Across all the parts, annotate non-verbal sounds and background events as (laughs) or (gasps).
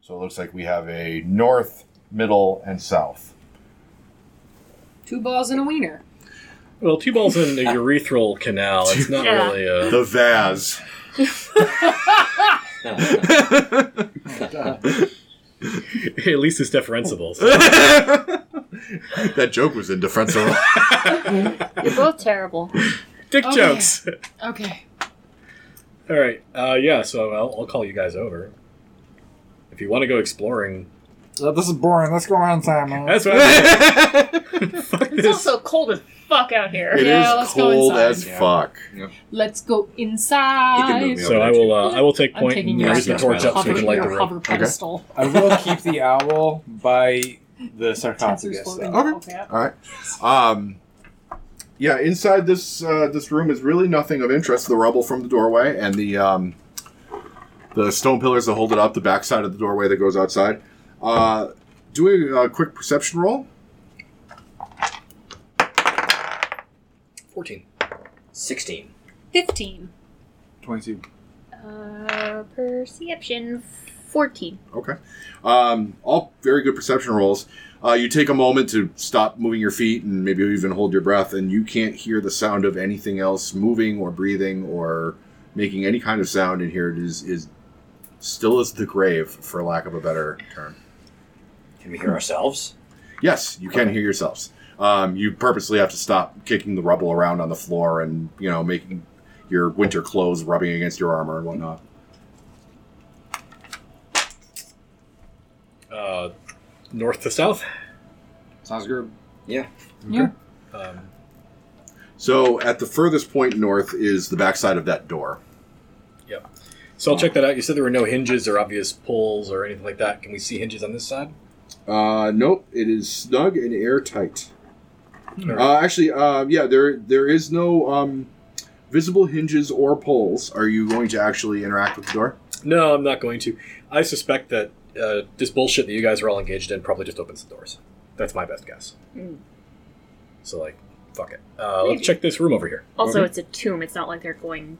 So it looks like we have a north, middle, and south. Two balls and a wiener. Well, two balls in the urethral canal. It's not Yeah. really a. The (laughs) Vaz. (laughs) At least it's differentiable. So. That joke was (laughs) indefensible. You're both terrible. Dick Okay. jokes. (laughs) Okay. All right. Uh, yeah. So I'll, I'll call you guys over if you want to go exploring. So this is boring. Let's go around time. man. That's what. (laughs) I'm saying. Fuck It's this. also cold as fuck out here. It is Yeah, let's go cold inside. as Yeah. fuck. Let's go You can move inside. (laughs) me So over I there, will. Uh, I will take I'm point taking and your, raise the ass torch down. up so hover, we can light the your room. hover pedestal. I will keep the owl by the Tetsu's sarcophagus. floating though. Okay. off, yeah. All right. Um, Yeah, inside this uh, this room is really nothing of interest. the rubble from the doorway and the um, the stone pillars that hold it up, the backside of the doorway that goes outside. Uh, do a, uh quick perception roll. Fourteen. 16. 15. 22. Uh, perception 14. Okay. Um, all very good perception rolls. Uh, you take a moment to stop moving your feet and maybe even hold your breath, and you can't hear the sound of anything else moving or breathing or making any kind of sound in here. It is, is still as the grave, for lack of a better term. Can we hear ourselves? Yes, you can hear yourselves. Um, you purposely have to stop kicking the rubble around on the floor and, you know, making your winter clothes rubbing against your armor and whatnot. Uh, north to south. Sounds good. Yeah. Um, So, at the furthest point north is the backside of that door. so I'll check that out. You said there were no hinges or obvious pulls or anything like that. Can we see hinges on this side? Uh, nope. It is snug and airtight. Uh, actually, uh, yeah, there there is no um, visible hinges or poles. Are you going to actually interact with the door? No, I'm not going to. I suspect that uh, this bullshit that you guys are all engaged in probably just opens the doors. That's my best guess. So, like, fuck it. Uh, Maybe. let's check this room over here. Also, it's a tomb. It's not like they're going.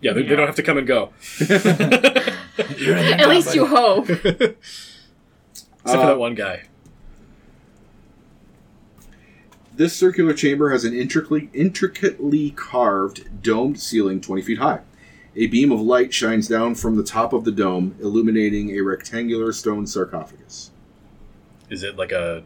Yeah, they, they don't have to come and go. (laughs) (laughs) At least you hope. Except for Uh, that one guy. This circular chamber has an intricately, intricately carved domed ceiling 20 feet high. A beam of light shines down from the top of the dome, illuminating a rectangular stone sarcophagus. Is it like a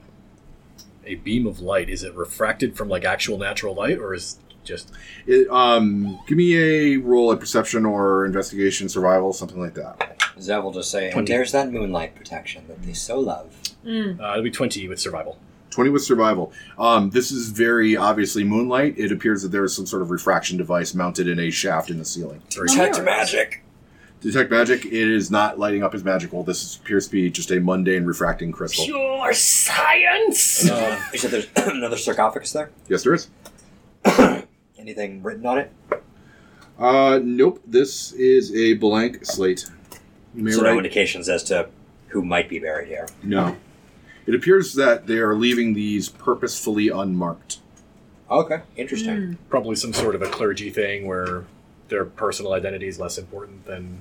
a beam of light? Is it refracted from like actual natural light, or is just It, um, give me a roll at perception or investigation, survival, something like that. Zev will just say, and Twenty. there's that moonlight protection that they so love. uh, it'll be twenty with survival? 20 with survival. Um, this is very obviously moonlight. It appears that there is some sort of refraction device mounted in a shaft in the ceiling. Three. Touch Mirrors. magic! Detect magic, it is not lighting up as magical. This appears to be just a mundane refracting crystal. Pure Um, science! Uh, you said there's (coughs) another sarcophagus there? Yes, there is. Anything written on it? Uh, nope. This is a blank slate. You may so no write- indications as to who might be buried here. no. It appears that they are leaving these purposefully unmarked. Okay, interesting. Probably some sort of a clergy thing where their personal identity is less important than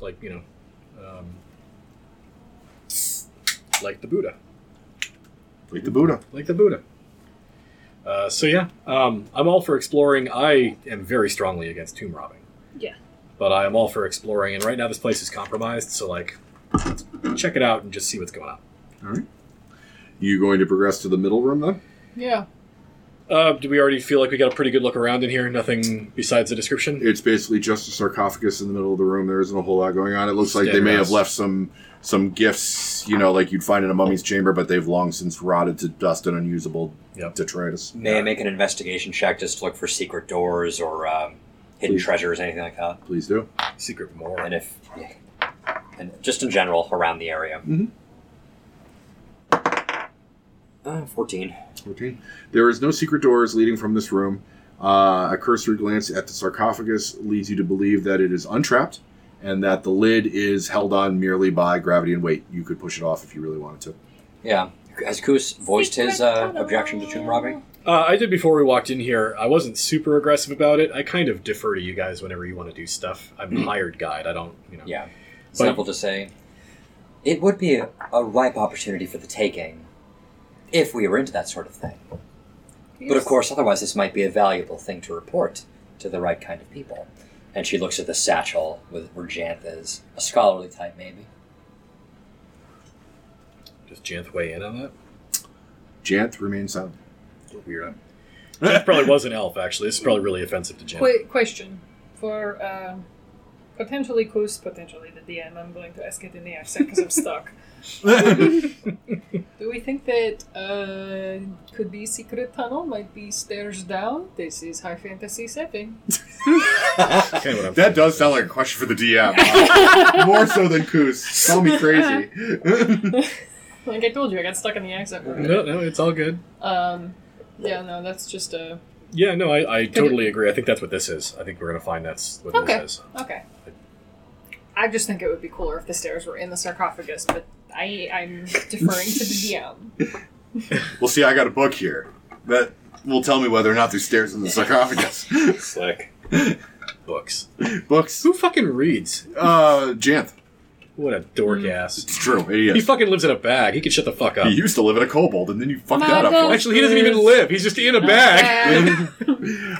like you know, um, like the Buddha. Like the Buddha. like the Buddha. Uh, so yeah, um, I'm all for exploring. I am very strongly against tomb robbing. Yeah. But I am all for exploring, and right now this place is compromised. So like, check it out and just see what's going on. You going to progress to the middle room then? Yeah. Uh, do we already feel like we got a pretty good look around in here? Nothing besides the description. It's basically just a sarcophagus in the middle of the room. There isn't a whole lot going on. It looks like they may have left some some gifts, you know, like you'd find in a mummy's chamber, but they've long since rotted to dust and unusable Yep. detritus. May I make an investigation check just to look for secret doors or um, hidden Please. treasures, anything like that? Please do. Secret more. And if, yeah. and just in general, around the area. Mhm. Uh, 14. 14. There is no secret doors leading from this room. Uh, a cursory glance at the sarcophagus leads you to believe that it is untrapped and that the lid is held on merely by gravity and weight. You could push it off if you really wanted to. Yeah. Has Kus voiced his uh, objection to tomb robbing? Uh, I did before we walked in here. I wasn't super aggressive about it. I kind of defer to you guys whenever you want to do stuff. I'm hired guide. I don't, you know. Yeah. simple to say. It would be a, a ripe opportunity for the taking if we were into that sort of thing. But of course, otherwise, this might be a valuable thing to report to the right kind of people. And she looks at the satchel with where Janth is, a scholarly type, maybe. Does Janth weigh in on that? Janth remains silent. Weird. Janth probably was an elf, actually. This is probably really offensive to Janth. Qu- question for uh, potentially Kus, potentially the DM. I'm going to ask it in the accent because I'm stuck. (laughs) Do we think that uh, could be secret tunnel might be stairs down? This is high fantasy setting. Kinda what I'm That thinking. does sound like a question for the (laughs) DM. More so than Coos. Call me crazy. Like I told you, I got stuck in the accent. For a minute. No, no, it's all good. Um, yeah, no, that's just a Yeah, no, I, I totally agree. I think that's what this is. I think we're gonna find that's what Okay. this is. okay. I just think it would be cooler if the stairs were in the sarcophagus, but I I'm deferring to the (laughs) DM. well, see, I got a book here that will tell me whether or not there's stairs in the sarcophagus. (laughs) Slick. (laughs) Books. Books. Who fucking reads? Uh, Janth. What a dork ass. It's true. He He, fucking lives in a bag. He can shut the fuck up. he used to live in a kobold, and then you fucked that up for us. Actually, he doesn't even live. He's just in a bag. (laughs)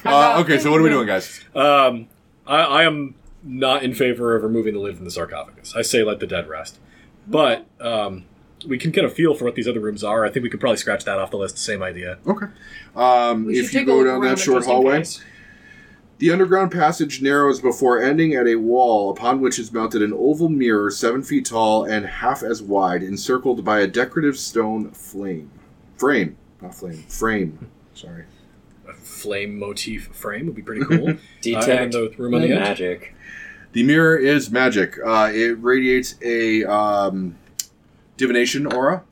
Uh, okay, so what are we doing, guys? Um, I, I am not in favor of removing the lid from the sarcophagus. I say let the dead rest. But um, we can get a feel for what these other rooms are. I think we could probably scratch that off the list. Same idea. Okay. Um, We if should you take a go look down that around short just in hallway, case. the underground passage narrows before ending at a wall upon which is mounted an oval mirror seven feet tall and half as wide, encircled by a decorative stone flame. Frame. Not flame. Frame. Sorry. A flame motif frame would be pretty cool. I am in Detect the room on the edge. magic. The mirror is magic. Uh, it radiates a um, divination aura.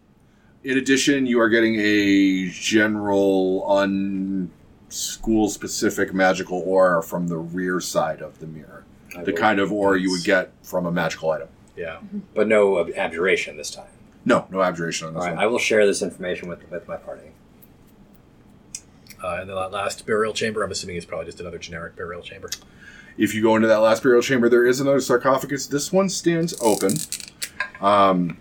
In addition, you are getting a general, un school specific magical aura from the rear side of the mirror. I The will- kind of aura you would get from a magical item. Yeah. But no ab- abjuration this time. No, no abjuration on All this right, one. I will share this information with, with (laughs) my party. Uh, and then that last burial chamber, I'm assuming, is probably just another generic burial chamber. If you go into that last burial chamber, there is another sarcophagus. This one stands open. Um,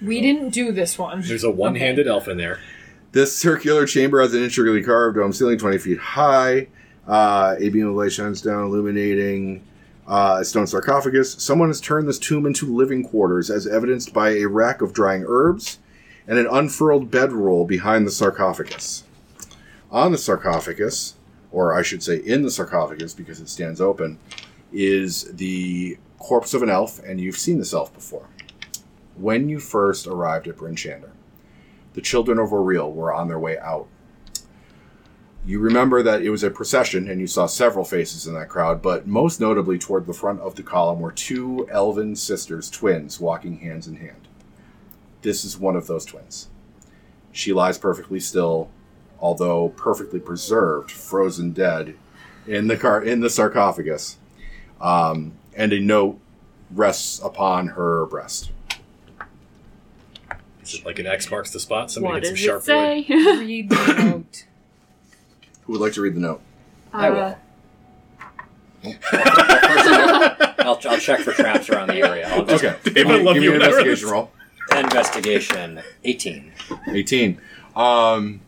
We didn't do this one. (laughs) There's a one handed elf in there. This circular chamber has an intricately carved dome ceiling, 20 feet high. Uh, a beam of light shines down, illuminating uh, a stone sarcophagus. Someone has turned this tomb into living quarters, as evidenced by a rack of drying herbs and an unfurled bedroll behind the sarcophagus. On the sarcophagus, or I should say in the sarcophagus because it stands open, is the corpse of an elf, and you've seen this elf before. When you first arrived at Bryn Shander the children of Oriel were on their way out. You remember that it was a procession, and you saw several faces in that crowd, but most notably toward the front of the column were two elven sisters, twins, walking hands in hand. This is one of those twins. She lies perfectly still, although perfectly preserved, frozen dead, in the car in the sarcophagus, um, and a note rests upon her breast. Is it like an X marks the spot? Somebody What gets some does sharp it wood. say? (laughs) Read the note. Who would like to read the note? I will. Uh, I'll, I'll check for traps around the area. I'll just- Dave, I love give you me an whenever investigation this- roll. Investigation 18. 18. Um,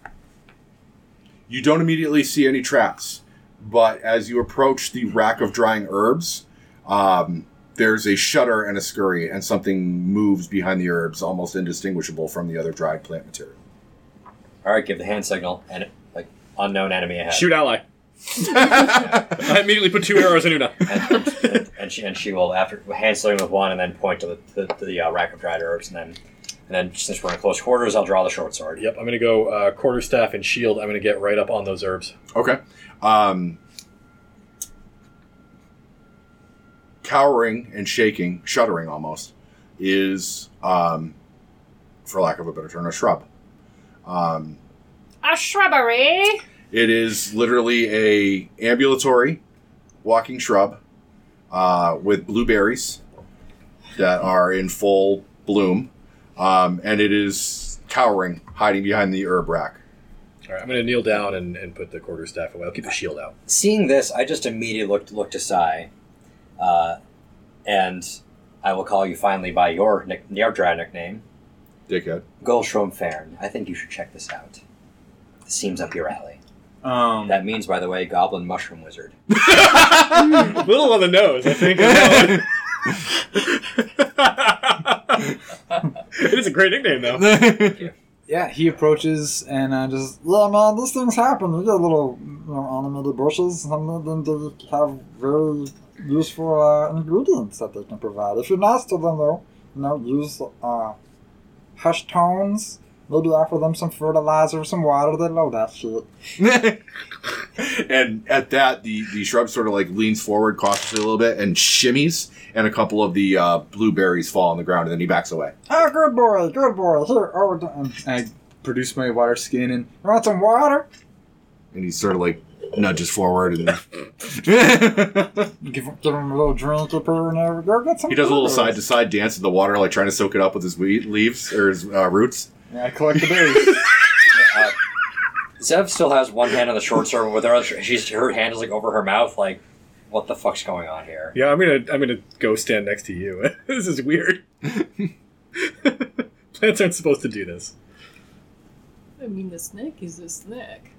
you don't immediately see any traps, but as you approach the rack of drying herbs, um, there's a shudder and a scurry, and something moves behind the herbs, almost indistinguishable from the other dried plant material. All right, give the hand signal and like unknown enemy ahead. Shoot ally. I immediately put two arrows in Una. And, and, and she and she will after hand signal with one and then point to the to, the- to the uh, rack of dried herbs and then and then since we're in close quarters, I'll draw the short sword. Yep, I'm going to go uh, quarterstaff and shield. I'm going to get right up on those herbs. Okay. Um, cowering and shaking, shuddering almost, is, um, for lack of a better term, a shrub. Um, A shrubbery. It is literally a ambulatory walking shrub uh, with blueberries that are in full bloom, um, and it is cowering, hiding behind the herb rack. All right, I'm going to kneel down and, and put the quarterstaff away. I'll keep the shield out. Seeing this, I just immediately looked looked to Sai. uh, and I will call you finally by your nick- your dry nickname, Dickhead. Golshrom Fern. I think you should check this out. This seems up your alley. Um, That means, by the way, Goblin Mushroom Wizard. A (laughs) little on the nose, I (laughs) think. (laughs) it is a great nickname, (laughs) though. Yeah, he approaches and uh, just, yeah, man, these things happen. We get little you know, animated bushes. Some of them they have very useful uh, ingredients that they can provide. If you're nice to them, though, you know, use uh, hush tones. Maybe offer them some fertilizer, some water. They love that shit. and at that, the, the shrub sort of like leans forward cautiously a little bit and shimmies, and a couple of the uh, blueberries fall on the ground, and then he backs away. Oh, good boy, good boy. Here, oh, we're done. And I produce my water skin and you want some water? And he sort of like nudges forward, and (laughs) Give, give him a little drink up here and there. Go get some he does a little blueberries. side to side dance in the water, like trying to soak it up with his wheat leaves or his uh, roots. Yeah, I collect the berries. (laughs) Uh, Zev still has one hand on the short servant with her other. She's her hand is like over her mouth, like, what the fuck's going on here? Yeah, I'm gonna I'm gonna go stand next to you. (laughs) this is weird. Plants aren't supposed to do this. I mean, this neck is this neck.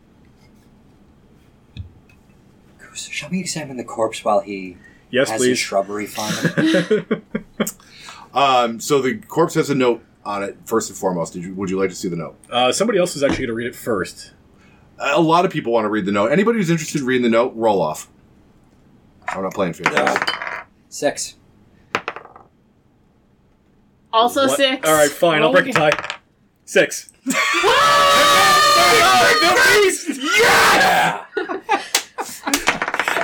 Goose, shall we examine the corpse while he Yes, has his please. shrubbery (laughs) farm? Um, so the corpse has a note on it. First and foremost, did you, would you like to see the note? (laughs) Uh, somebody else is actually gonna read it first. A lot of people want to read the note. Anybody who's interested in reading the note, roll off. I'm not playing favorites. Six. Also What? six. All right, fine. I'll Roll break a tie. (laughs) Six. Yeah!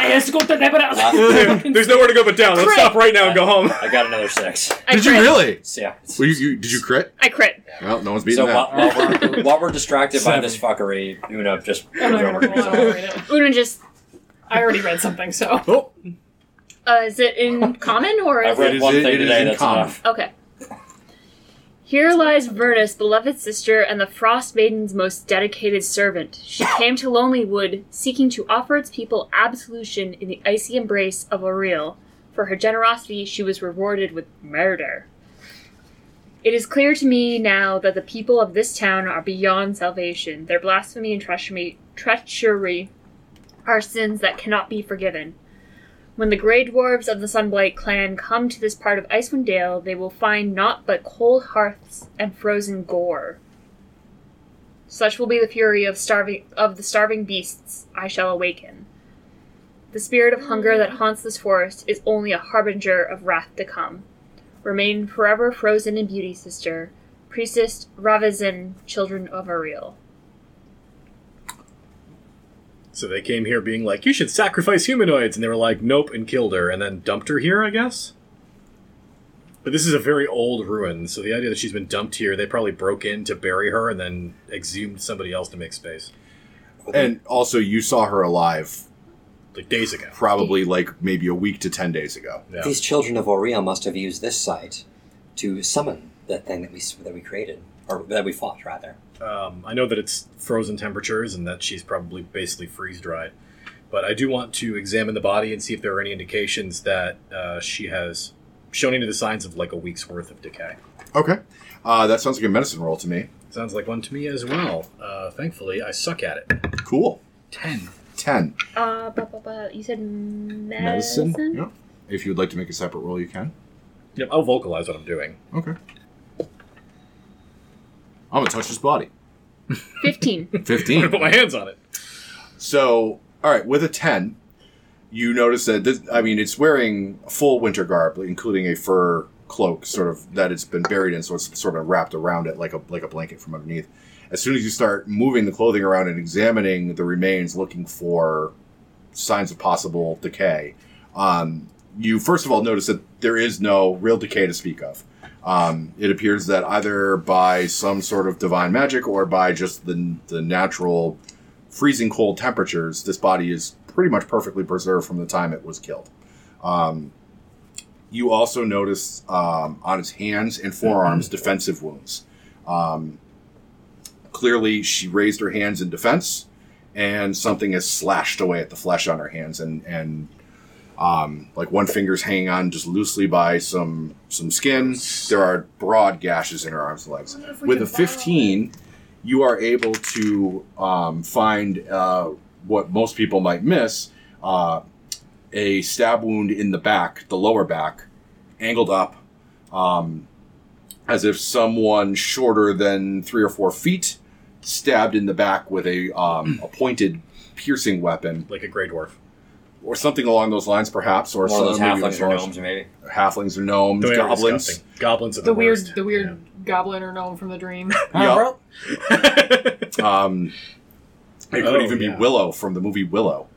let's go to (laughs) Oh, Uh, There's nowhere to go but down. Let's stop right now and go home. I got another six. I Did you crit. really? So, yeah. it's- Were you, you, did you crit? I crit. Well, no one's beating So that. while, while, (laughs) we're, while we're distracted by this fuckery, Una just. I'm not gonna roll, I don't read it. Una just. I already read something, so. Oh, Uh, is it in common or I've is read is- one it thing is today, in that's common. enough. Okay. Here lies Vernus, beloved sister, and the Frost Maiden's most dedicated servant. She came to Lonely Wood, seeking to offer its people absolution in the icy embrace of Oriel. For her generosity, she was rewarded with murder. It is clear to me now that the people of this town are beyond salvation. Their blasphemy and treachery, treachery are sins that cannot be forgiven. When the Grey Dwarves of the Sunblight clan come to this part of Icewind Dale, they will find naught but cold hearths and frozen gore. Such will be the fury of starving of the starving beasts I shall awaken. The spirit of hunger that haunts this forest is only a harbinger of wrath to come. Remain forever frozen in beauty, sister, priestess Ravizin, children of Ariel. So they came here being like, you should sacrifice humanoids. And they were like, nope, and killed her, and then dumped her here, I guess? But this is a very old ruin, so the idea that she's been dumped here, they probably broke in to bury her and then exhumed somebody else to make space. And also, you saw her alive Like days ago. probably like maybe a week to 10 days ago. Yeah. These children of Oriel must have used this site to summon that thing that we s- that we created, or that we fought, rather. Um, I know that it's frozen temperatures and that she's probably basically freeze dried, but I do want to examine the body and see if there are any indications that uh, she has shown any of the signs of like a week's worth of decay. Okay. Uh, that sounds like a medicine roll to me. Sounds like one to me as well. Uh, thankfully, I suck at it. Cool. Ten. 10. Uh, bu- bu- bu- you said medicine? Medicine? Yep. If you'd like to make a separate roll, you can. Yep, I'll vocalize what I'm doing. Okay. I'm going to touch this body. (laughs) Fifteen. (laughs) 15. put my hands on it. So, all right, with a 10, you notice that, this, I mean, it's wearing full winter garb, including a fur cloak, sort of, that it's been buried in, so it's sort of wrapped around it like a, like a blanket from underneath. As soon as you start moving the clothing around and examining the remains, looking for signs of possible decay, um, you first of all notice that there is no real decay to speak of. Um, it appears that either by some sort of divine magic or by just the, the natural freezing cold temperatures, this body is pretty much perfectly preserved from the time it was killed. Um, you also notice um, on his hands and Mm-hmm. forearms defensive wounds. Um, clearly, she raised her hands in defense, and something has slashed away at the flesh on her hands and, and Um, like one finger's hanging on just loosely by some some skin. There are broad gashes in her arms and legs. wonder if we With a could borrow it. 15, you are able to um, find uh, what most people might miss uh, a stab wound in the back, the lower back, angled up, um, as if someone shorter than three or four feet stabbed in the back with a, um, a pointed piercing weapon like a gray dwarf. or something along those lines, perhaps, or One of those some- maybe halflings or large- gnomes, maybe. halflings or gnomes, They're goblins. disgusting. Goblins are the, The weird, worst. the weird goblin or gnome from the (laughs) dream. Huh, Yup. bro? Yeah. (laughs) Um, it Oh, could even yeah. be Willow from the movie Willow.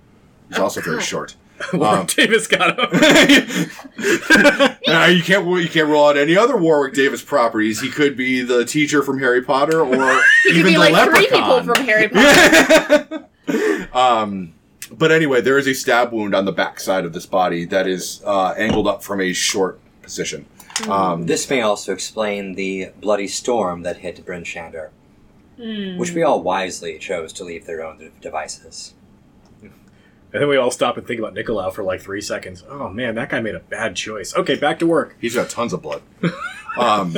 He's also (gasps) very short. Warwick Um, Davis (laughs) got him. Nah, you can't you can't rule out any other Warwick Davis properties. He could be the teacher from Harry Potter, (laughs) or It could even be the like leprechaun. three people from Harry Potter. um, (laughs) but anyway, there is a stab wound on the backside of this body that is uh, angled up from a short position. Hmm. Um, This may also explain the bloody storm that hit Bryn Shander, which we all wisely chose to leave their own de- devices. (laughs) And then we all stop and think about Nicolau for like three seconds. Oh man, that guy made a bad choice. Okay, back to work. he's got tons of blood. Um,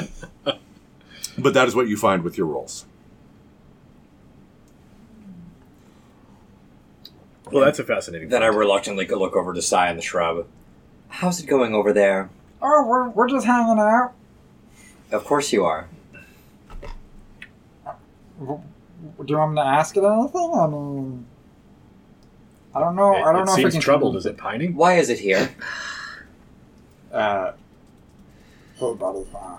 but that is what you find with your rolls. Well, that's a fascinating. Then I reluctantly go look over to Sai in the shrub. How's it going over there? Oh, we're, we're just hanging out. Of course you are. W- Do you want me to ask it anything? I mean, I don't know. it, Oh, I don't it know if we seems can troubled. Is it pining? Why is it here? Uh, hey, buddy. Uh,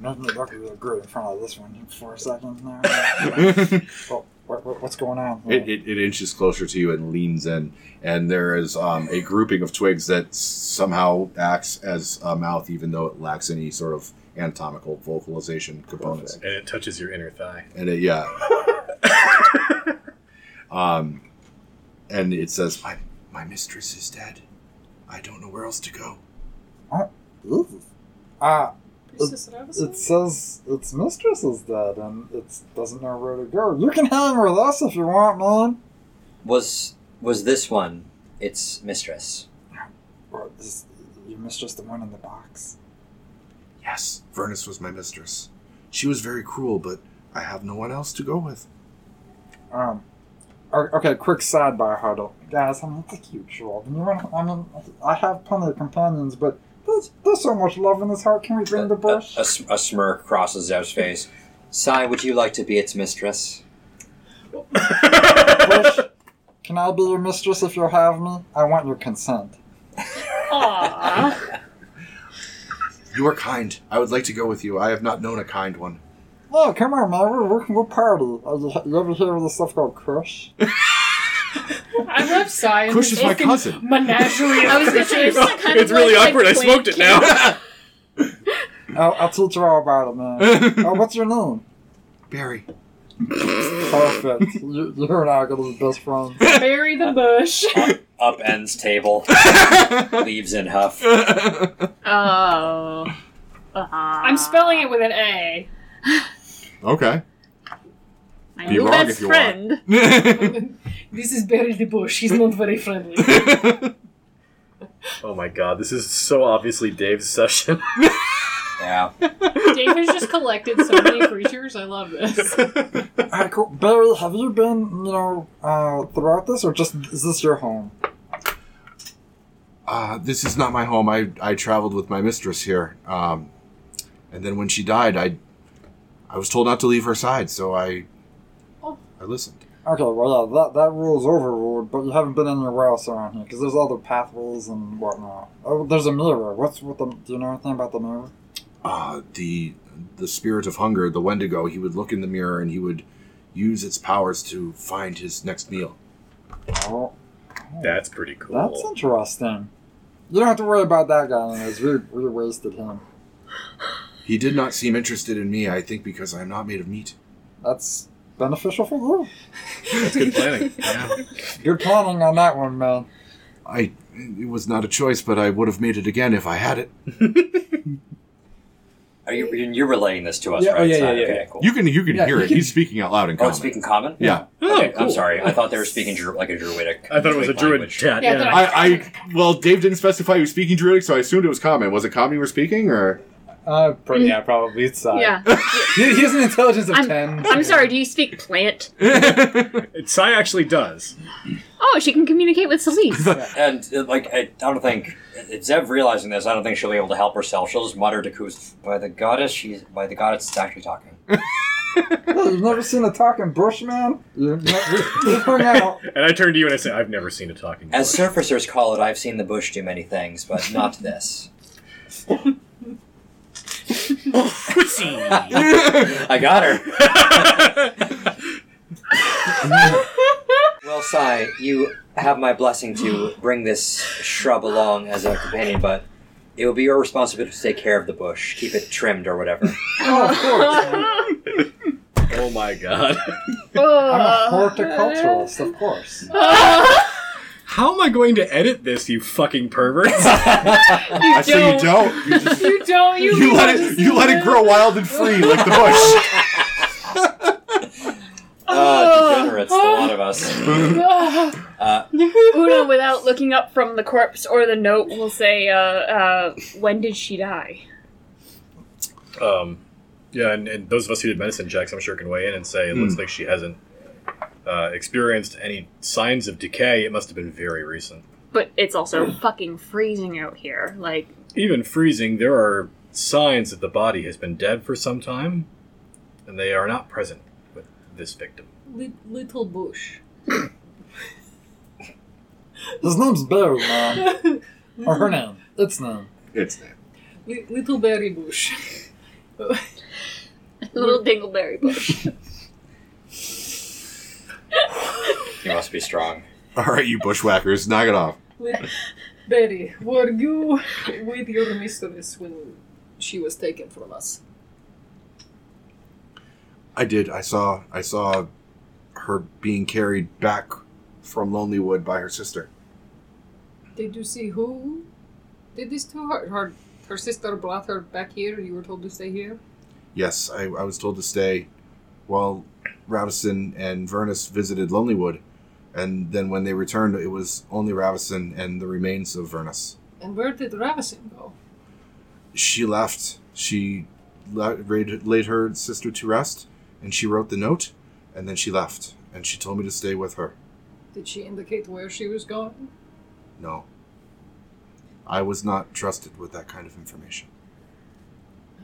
make me look at your grid in front of this one for a second now. (laughs) it, Well, what, what, what's going on? here? it, it inches closer to you and leans in, and there is um, a grouping of twigs that somehow acts as a mouth, even though it lacks any sort of anatomical vocalization components. And it touches your inner thigh. (laughs) and it, yeah. um, and it says, "My my mistress is dead. I don't know where else to go." Jesus. Uh, Priestess of Evanston? it says its mistress is dead and it doesn't know where to go. You can hang with us if you want, man. Was was this one its mistress? Or is your mistress the one in the box? Yes, Vernus was my mistress. She was very cruel, but I have no one else to go with. (laughs) Um. o- Okay, quick sidebar huddle. Guys, I mean, it's a huge world. And you want, I mean, I have plenty of companions, but there's, there's so much love in this heart. Can we A, bring the a- bush? a s- a smirk crosses Zev's face. Sai, would you like to be its mistress? uh, bush? Can I be your mistress if you'll have me? I want your consent. Aww. You are kind. I would like to go with you. I have not known a kind one. No, Oh, come on, man. We're, we're, we're party. Are you, you ever hear of this stuff called crush? I love Sai. and Kush his is my fucking cousin. Menagerie. I was gonna say (laughs) it's Oh, kind of it's really like, awkward. I Like, smoked it now. I'll, I'll teach you all about it, man. oh, what's your name? Barry. Perfect. You, you and I are gonna be best friends. Bury the bush. Upends table, (laughs) leaves in huff. Oh. Uh-huh. I'm spelling it with an A. (laughs) okay. My Be new wrong best if you want. friend. This is bury the bush. He's not very friendly. (laughs) Oh my god, this is so obviously Dave's session. (laughs) Yeah. Dave has just collected so many creatures. I love this. Alright, cool. Barry, have you been, you know, uh, throughout this, or just is this your home? uh, this is not my home. I, I traveled with my mistress here. Um, and then when she died, I I was told not to leave her side, so I Oh. I listened. Okay, well, yeah, that, that rule's overruled, but you haven't been anywhere else around here, because there's other pathways and whatnot. Oh, there's a mirror. What's with the. Do you know anything about the mirror? Uh, the the spirit of hunger, the Wendigo, he would look in the mirror and he would use its powers to find his next meal. Oh, That's pretty cool. that's interesting. You don't have to worry about that guy, anyways. We, we wasted him. He did not seem interested in me, I think because I am not made of meat. That's beneficial for you. That's good planning. Yeah. Good planning on that one, man. I it was not a choice, but I would have made it again if I had it. Are you you're relaying this to us, Yeah, oh, right? yeah, Simon? yeah, yeah. Okay, cool. You can you can Yeah, hear you it. can- He's speaking out loud in oh, common. it's speaking common. Yeah, Oh, Okay, I'm cool. sorry. I thought they were speaking Dru- like a druidic. I thought it was a druid language. chat. Yeah, I Yeah, thought I, I well, Dave didn't specify he was speaking Druidic, so I assumed it was common. Was it common you were speaking, or Uh, pro- yeah, probably it's (laughs) uh, Yeah. He, he has an intelligence of I'm, ten. I'm sorry, do you speak plant? Sai actually does. Oh, she can communicate with Celeste. (laughs) And uh, like, I, I don't think uh, Zev realizing this. I don't think she'll be able to help herself. She'll just mutter to Kuz, "By the goddess, she's by the goddess, it's actually talking." You've never seen a talking bush, man. You're not, you're hung (laughs) out. And I turn to you and I say, I've never seen a talking As dwarf." surfacers call it, I've seen the bush do many things, but not this. Pussy. I got her. Well, Sai, you have my blessing to bring this shrub along as a companion, but it will be your responsibility to take care of the bush, keep it trimmed or whatever. Oh, of course. man. oh my god. I'm a horticulturalist, of course. (laughs) (laughs) Oh. How am I going to edit this, you fucking (laughs) perverts? I say you don't. (laughs) You, just, You don't. You, you let it you let it grow wild and free like the bush. Uh, degenerates, the lot of us. Una, without looking up from the corpse or the note, will say, uh, uh, when did she die? um, yeah, and, and those of us who did medicine checks, I'm sure, can weigh in and say it looks like she hasn't uh, experienced any signs of decay. It must have been very recent. But it's also fucking freezing out here. Like, Even freezing, there are signs that the body has been dead for some time, and they are not present with this victim. Li- little bush. His name's Bear, man. Or her name. Its name. It's that. Li- little berry bush. little Mm. dingleberry bush. You must be strong. All right, you bushwhackers, knock it off. With Betty, were you with your mistress when she was taken from us? I did. I saw. I saw her being carried back from Lonelywood by her sister. Did you see who did this to her? Her, her sister brought her back here. You were told to stay here. (laughs) Yes, I, I was told to stay while Ravison and Vernus visited Lonelywood, and then when they returned, it was only Ravison and the remains of Vernus. And where did Ravison go? She left. She la- raid- laid her sister to rest, and she wrote the note, and then she left, and she told me to stay with her. Did she indicate where she was going? No. I was not trusted with that kind of information.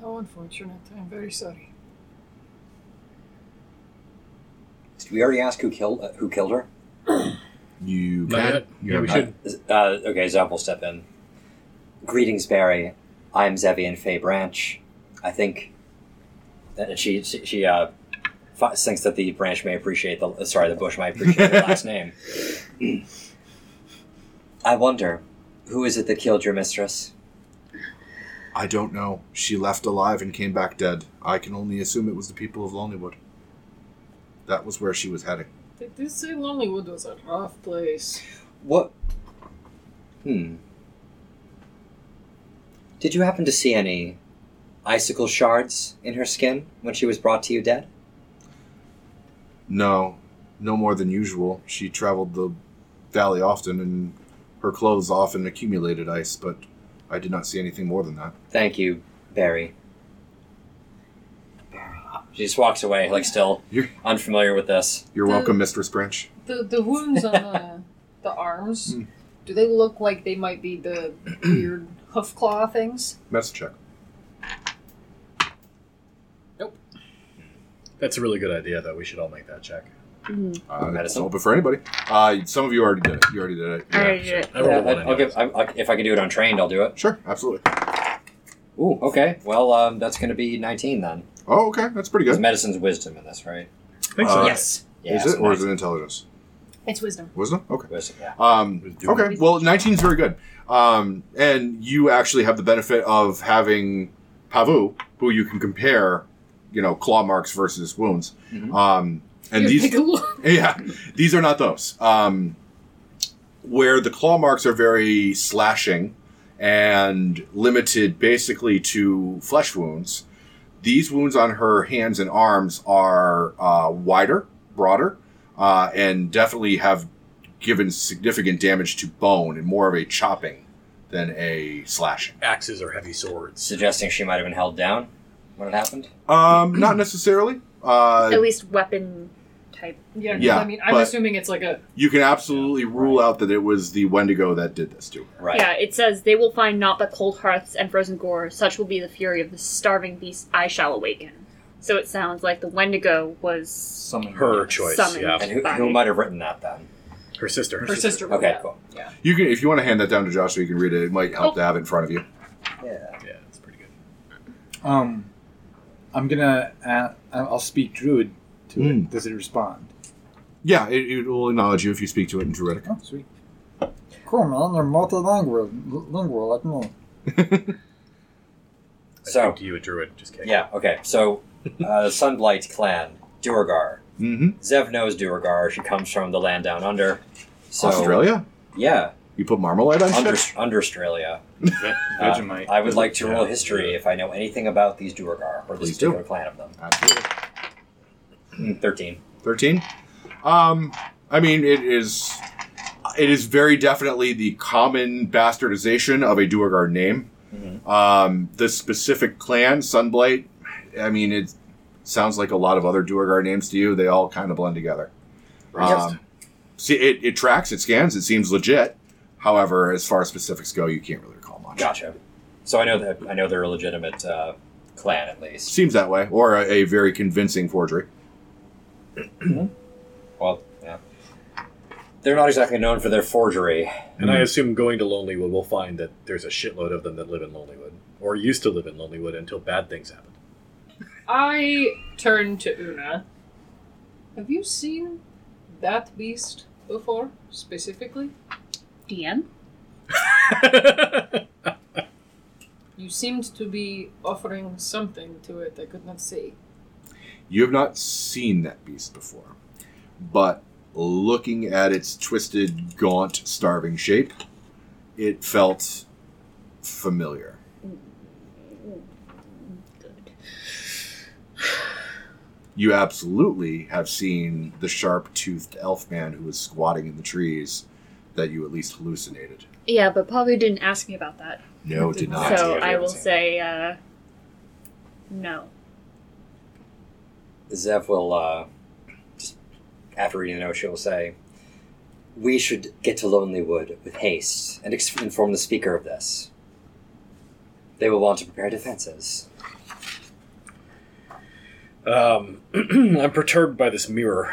How unfortunate. I'm very sorry. Did we already ask who killed uh, who killed her? You Not can. yet. You Yeah, have we not. should. Uh, okay, Zev will step in. Greetings, Barry. I'm Zevian Fay Branch. I think that she she, she uh, fi- thinks that the branch may appreciate the uh, sorry the bush might appreciate the (laughs) last name. I wonder who is it that killed your mistress? I don't know. She left alive and came back dead. I can only assume it was the people of Lonelywood. That was where she was heading. They did say Lonelywood was a rough place. What? Hmm. Did you happen to see any icicle shards in her skin when she was brought to you dead? No, no more than usual. She traveled the valley often, and her clothes often accumulated ice, but I did not see anything more than that. Thank you, Barry. She just walks away, like still You're- unfamiliar with this. You're Uh, welcome, Mistress Branch. The the wounds on (laughs) the, the arms, Hmm. do they look like they might be the (clears throat) weird hoof claw things? Medicine check. That's a really good idea, though. We should all make that check. Uh, it's Medicine? open for anybody. Uh, some of you already did it. You already did it. I Yeah. already did it. I rolled Yeah, one. I- I'll anyway. give, I, I, if I can do it untrained, I'll do it. Sure, absolutely. Ooh, okay. Well, um, that's going to be 19 then. Oh, okay, that's pretty Because good. medicine's wisdom in this, right? I think so. Uh, yes. Yeah, is it so or is 19. it intelligence? It's wisdom. Wisdom. Okay. Wisdom, yeah. Um, Do okay, well, 19 is very good. Um, and you actually have the benefit of having Pavu, who you can compare, you know, claw marks versus wounds. Mhm. Um, and Here, these, take a look. (laughs) yeah, these are not those. Um, where the claw marks are very slashing and limited basically to flesh wounds, These wounds on her hands and arms are uh, wider, broader, uh, and definitely have given significant damage to bone and more of a chopping than a slashing. Axes are heavy swords. suggesting she might have been held down when it happened. Um, not necessarily. Uh, At least weapon type. Yeah, 'cause Yeah, I mean, I'm but- assuming it's like a. you can absolutely rule out that it was the Wendigo that did this to her. Right. Yeah, it says they will find naught but cold hearths and frozen gore. Such will be the fury of the starving beast I shall awaken. So it sounds like the Wendigo was Summon Her choice, Summoned. yeah. And who, who might have written that then? Her sister. Her sister. would- Okay, yeah. cool. Yeah. You can, if you want to hand that down to Josh so you can read it, it might help to have it in front of you. Yeah. Yeah, it's pretty good. Um, I'm gonna. Uh, I'll speak Druid to Mm. it. Does it respond? Yeah, it, it will acknowledge you if you speak to it in Druidic. Oh, sweet. Cool, man. They're multilingual, lingual like me. I So- speak to you, a druid. Just kidding. Yeah, okay. So, uh, Sunblight Clan, Duergar. Mm-hmm. Zev knows Duergar. She comes from the land down under. So, Australia? Yeah, You put Marmalade on under, shit? under Australia. Ve- Vegemite. Uh, I would like to roll Yeah. history if I know anything about these Duergar, or this Please do. particular clan of them. Absolutely. Mm, 13. 13? Um, I mean, it is... It is very definitely the common bastardization of a Duergar name. Um, the specific clan, Sunblight, I mean, it sounds like a lot of other Duergar names to you. They all kind of blend together. Um, see, it, it tracks, it scans, it seems legit. However, as far as specifics go, you can't really recall much. Gotcha. So I know that I know they're a legitimate uh, clan at least. Seems that way, or a, a very convincing forgery. Well, yeah. They're not exactly known for their forgery. And I assume going to Lonelywood, we'll find that there's a shitload of them that live in Lonelywood, or used to live in Lonelywood until bad things happened. (laughs) I turn to Una. Have you seen that beast before, specifically? DM. You seemed to be offering something to it I could not see. You have not seen that beast before, but looking at its twisted, gaunt, starving shape, it felt familiar. You absolutely have seen the sharp toothed elf man who was squatting in the trees that you at least hallucinated. Yeah, but Pavu didn't ask me about that. No, it did No, not. so idea. I will say, uh, no. Zev will, uh, just after reading the note, she will say, "We should get to Lonelywood with haste and ex- inform the speaker of this. They will want to prepare defenses." Um, (clears throat) I'm perturbed by this mirror,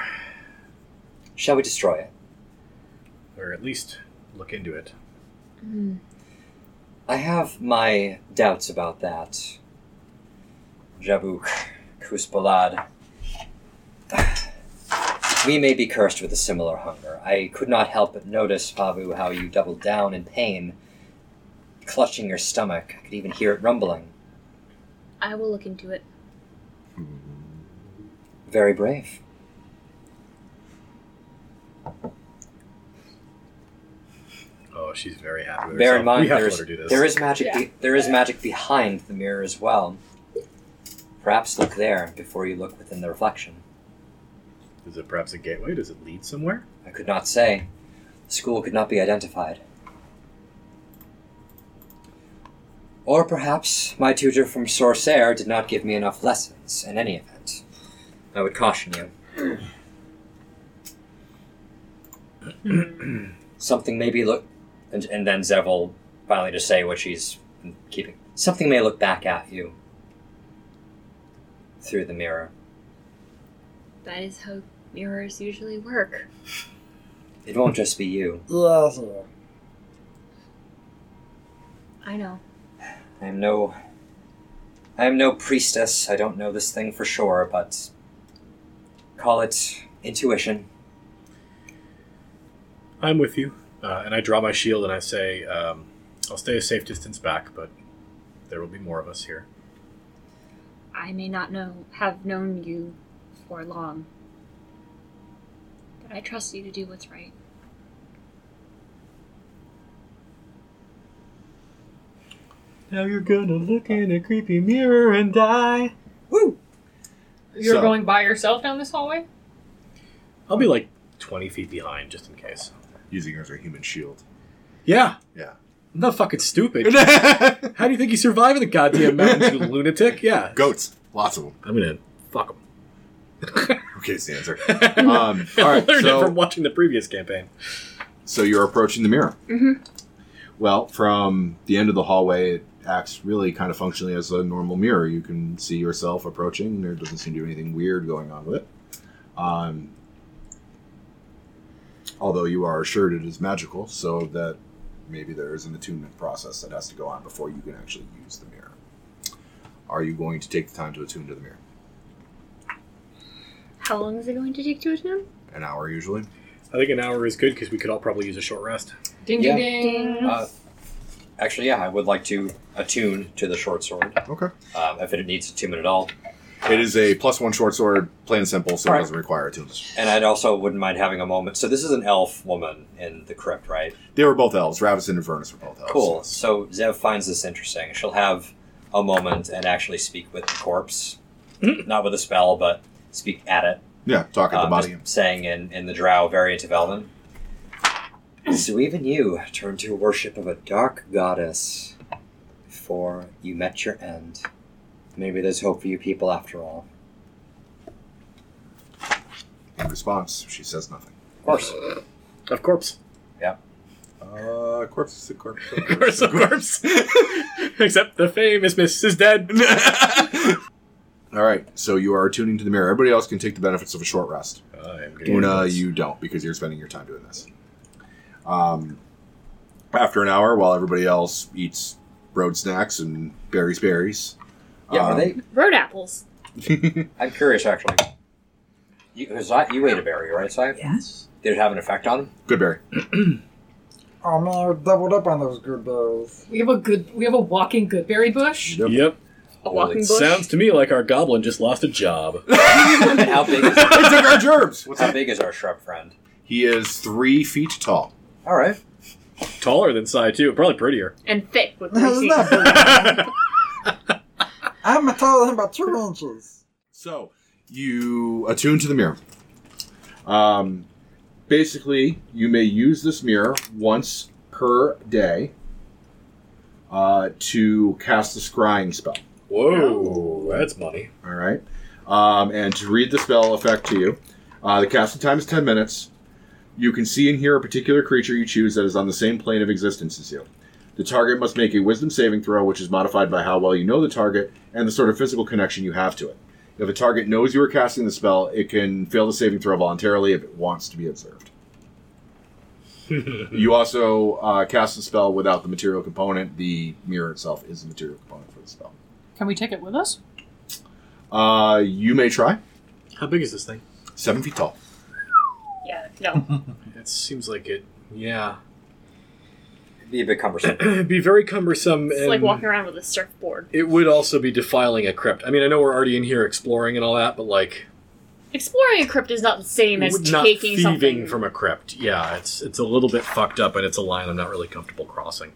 Shall we destroy it? or at least look into it. Hmm, I have my doubts about that. Jabuk, Kuspalad. We may be cursed with a similar hunger. I could not help but notice, Favu, how you doubled down in pain, clutching your stomach. I could even hear it rumbling. I will look into it. Very brave. Oh, she's very happy with Bear herself. in mind, we have there to is, let her do this. there is magic. Yeah. Be- there is magic behind the mirror as well. Perhaps look there before you look within the reflection. Is it perhaps a gateway? Does it lead somewhere? I could not say. The school could not be identified. Or perhaps my tutor from Sorcerer did not give me enough lessons in any event. I would caution you. (clears throat) Something may be look, and, and then Zev will finally just say what she's been keeping. Something may look back at you through the mirror. That is how mirrors usually work. It won't just be you. Yeah, so I know. I am no. I am no priestess. I don't know this thing for sure, but. Call it intuition. I'm with you. Uh, and I draw my shield and I say, um, I'll stay a safe distance back, but there will be more of us here. I may not know have known you for long. But I trust you to do what's right. Now you're gonna look in a creepy mirror and die. You're So- going by yourself down this hallway? I'll be like 20 feet behind just in case. using her as a human (laughs) shield. Yeah. Yeah. I'm not fucking stupid. How do you think you survive in the goddamn mountains, you lunatic? Yeah. Goats, lots of them. I'm gonna fuck them. Okay, it's the (laughs) answer. Um, all I right, learned it from so, watching the previous campaign. so you're approaching the mirror. Mhm. Well, from the end of the hallway, it acts really kind of functionally as a normal mirror. You can see yourself approaching. There doesn't seem to be anything weird going on with it. Um, although you are assured it is magical, so that maybe there is an attunement process that has to go on before you can actually use the mirror. Are you going to take the time to attune to the mirror? How long is it going to take to attune? An hour usually. I think an hour is good because we could all probably use a short rest. Ding, Yeah. ding, ding. Uh, actually, yeah, I would like to attune to the short sword. Okay. Um, if it needs attunement at all, It is a plus one short sword, plain and simple, so Alright. it doesn't require attunement. and I'd also wouldn't mind having a moment. So this is an elf woman in the crypt, right? They were both elves. Ravis and Avernus were both elves. Cool. So Zev finds this interesting. She'll have a moment and actually speak with the corpse, not with a spell, but speak at it. Yeah, talk at the Um, body. just saying in, in the drow variant of Elven. So even you turned to worship of a dark goddess before you met your end. Maybe there's hope for you people after all. In response, she says nothing. Of course. Of corpse. Uh, corpse is a corpse. (laughs) Of (laughs) course, of corpse. (laughs) Except the famous Miss is dead. All right, so you are attuning to the mirror. Everybody else can take the benefits of a short rest. Una, you don't because you're spending your time doing this. Um, after an hour, while everybody else eats road snacks and berries, berries. Yeah, um, are they? Road apples. I'm curious actually. You, 'cause I- you ate a berry, right, Si? Yes. Did it have an effect on him? (laughs) Good berry. Oh man, I doubled up on those good berries. We have a good. We have a walking goodberry bush. Yep. A walking bush. Sounds to me like our goblin just lost a job. And (laughs) (laughs) how big is They took our germs. What's how up? big is our shrub friend? He is three feet tall. All right. Taller than Sai too, probably (laughs) prettier. (laughs) and thick with It's greasy. not big. I'm taller than about two inches. So you attune to the mirror. Um, basically, you may use this mirror once per day uh, to cast the scrying spell. Whoa, that's money. All right, um, and to read the spell effect to you. Uh, the casting time is ten minutes. You can see and hear a particular creature you choose that is on the same plane of existence as you. The target must make a wisdom saving throw, which is modified by how well you know the target and the sort of physical connection you have to it. If a target knows you are casting the spell, it can fail the saving throw voluntarily if it wants to be observed. you also uh, cast the spell without the material component. The mirror itself is the material component for the spell. Can we take it with us? Uh, you may try. How big is this thing? Seven feet tall. Yeah, no. It seems like it. Yeah, It'd be a bit cumbersome. (clears throat) it'd be very cumbersome. It's and like walking around with a surfboard. It would also be defiling a crypt. I mean, I know we're already in here exploring and all that, but like Exploring a crypt is not the same as not taking thieving something from a crypt. Yeah, it's it's a little bit fucked up, and it's a line I'm not really comfortable crossing.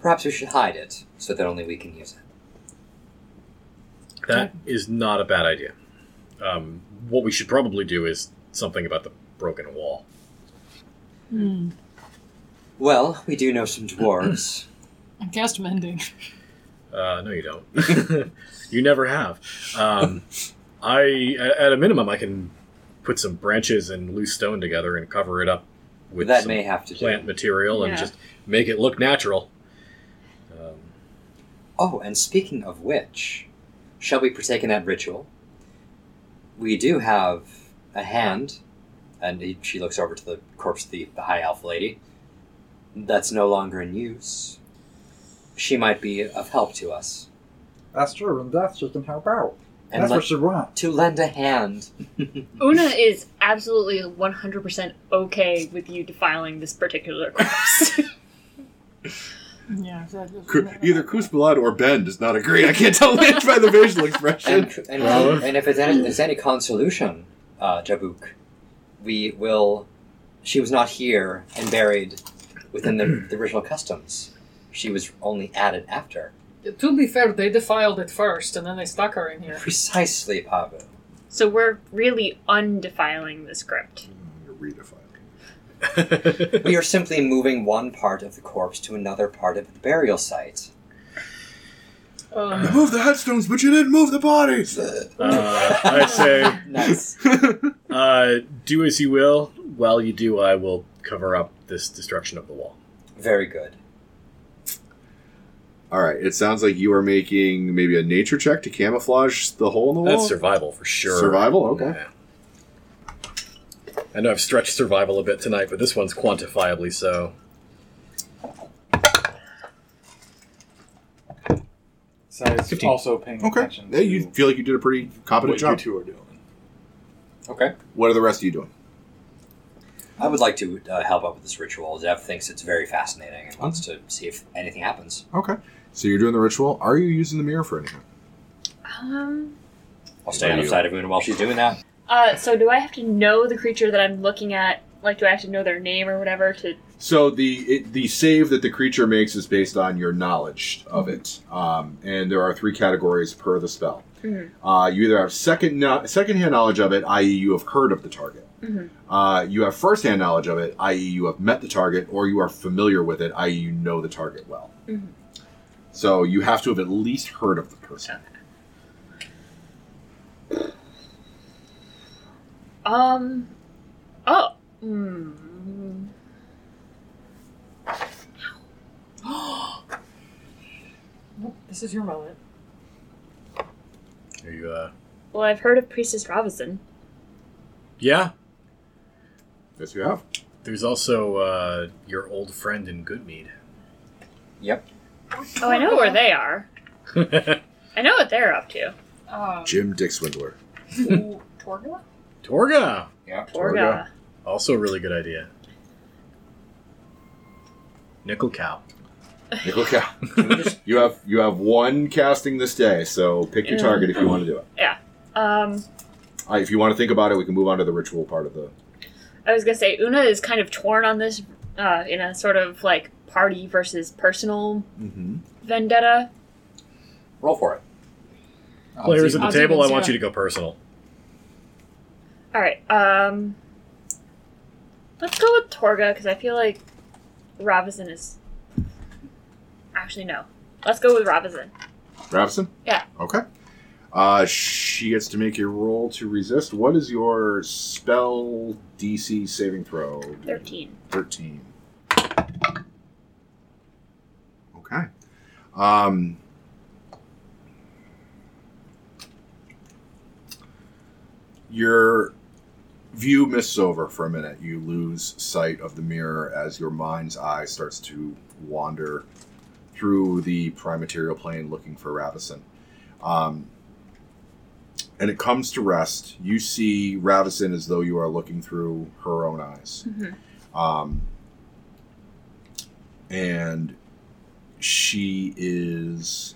Perhaps we should hide it so that only we can use it. That is not a bad idea. Um, what we should probably do is something about the broken wall. Hmm. Well, we do know some dwarves. I guessed mending. Uh, no, you don't. (laughs) you never have. Um, I, at at a minimum, I can put some branches and loose stone together and cover it up with that some may have to do. plant material and Yeah. just make it look natural. Um, Oh, and speaking of which, shall we partake in that ritual? We do have a hand, and he, she looks over to the corpse of the, the high elf lady, that's no longer in use. She might be of help to us. That's true. In death, she can help out. And That's le- what she wants. to lend a hand. (laughs) Una is absolutely 100% okay with you defiling this particular (laughs) corpse. (laughs) Yeah. so- Ku- Either Kus Blood or Ben does not agree. I can't tell which by the facial (laughs) And, expression. and, and if it's any, there's any consolation, uh, Jabuk, we will. She was not here and buried within the, the original customs. She was only added after. To be fair, they defiled it first, and then they stuck her in here. (laughs) Precisely, Pablo. So we're really undefiling the script. You're redefined. We are simply moving one part of the corpse to another part of the burial site. Um, Move the headstones, but you didn't move the bodies. Uh, I say, Nice. uh, do as you will. While you do, I will cover up this destruction of the wall. (laughs) Very good. All right. It sounds like you are making maybe a nature check to camouflage the hole in the wall. That's survival for sure. Survival? Okay. Yeah. I know I've stretched survival a bit tonight, but this one's quantifiably so. So I was 15. also paying Okay. attention. Yeah, you to feel like you did a pretty competent what you job. two are doing. Okay. What are the rest of you doing? I would like to uh, help out with this ritual. Zev thinks it's very fascinating and wants to see if anything happens. Okay. So you're doing the ritual. Are you using the mirror for anything? Um. I'll stay Are on the you- side of Una while she's doing that. Uh. So do I have to know the creature that I'm looking at? Like, do I have to know their name or whatever to? So the it, the save that the creature makes is based on your knowledge of it, um, and there are three categories per the spell. Mhm. Uh, you either have second no- secondhand knowledge of it, i.e., you have heard of the target. Mhm. Uh, you have firsthand knowledge of it, i.e., you have met the target, or you are familiar with it, i.e., you know the target well. Mhm. So you have to have at least heard of the person. Um. Oh. Hmm. nope, this is your moment. Are you, uh, Well, I've heard of Priestess Robinson. yeah. Yes, you have. There's also uh, your old friend in Goodmead. Yep. Oh, I know where they (laughs) are. I know what they're up to. Um, Jim Dick Swindler. to Torgula? Torga! Yeah. Torga. Also a really good idea. Nickel cow. Nickel Cow. Can we just (laughs) You have you have one casting this day, so pick your Yeah. target if you want to do it. Um. Uh, if you want to think about it, we can move on to the ritual part of the. I was gonna say Una is kind of torn on this uh, in a sort of like party versus personal vendetta. roll for it? I'll Players do- at the I'll do table, I this, want yeah. you to go personal. All right, um, let's go with Torga because I feel like Robinson is actually no. Let's go with Robinson. Robson? Yeah. Okay. Uh, she gets to make a roll to resist. What is your spell DC saving throw? Thirteen. 13. Okay. Um, your view mists over for a minute. You lose sight of the mirror as your mind's eye starts to wander through the primaterial plane looking for Ravison. Um, and it comes to rest. You see Ravison as though you are looking through her own eyes um, and she is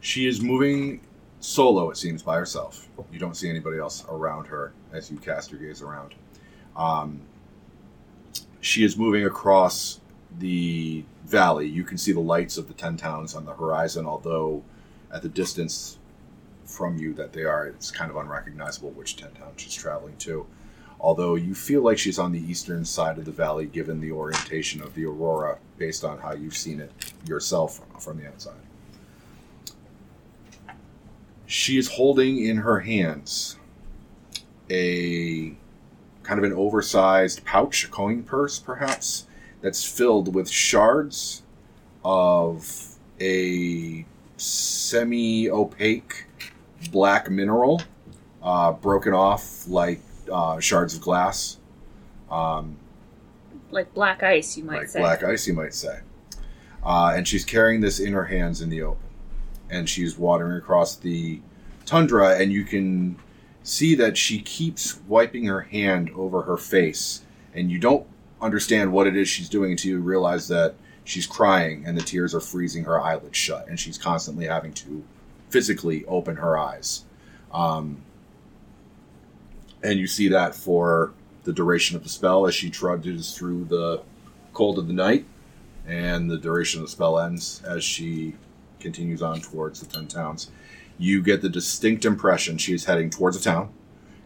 she is moving solo it seems by herself you don't see anybody else around her as you cast your gaze around um, she is moving across the valley you can see the lights of the ten towns on the horizon although at the distance from you that they are it's kind of unrecognizable which ten towns she's traveling to although you feel like she's on the eastern side of the valley given the orientation of the aurora based on how you've seen it yourself from the outside. She is holding in her hands a kind of an oversized pouch, a coin purse perhaps, that's filled with shards of a semi opaque black mineral uh, broken off like uh, shards of glass, um, Like black ice, you might like say. black ice, you might say. Uh, and she's carrying this in her hands in the open, and she's wandering across the tundra, and you can see that she keeps wiping her hand over her face, and you don't understand what it is she's doing until you realize that she's crying and the tears are freezing her eyelids shut, and she's constantly having to physically open her eyes. Um, and you see that for the duration of the spell as she trudges through the cold of the night and the duration of the spell ends as she continues on towards the ten towns. You get the distinct impression she is heading towards a town,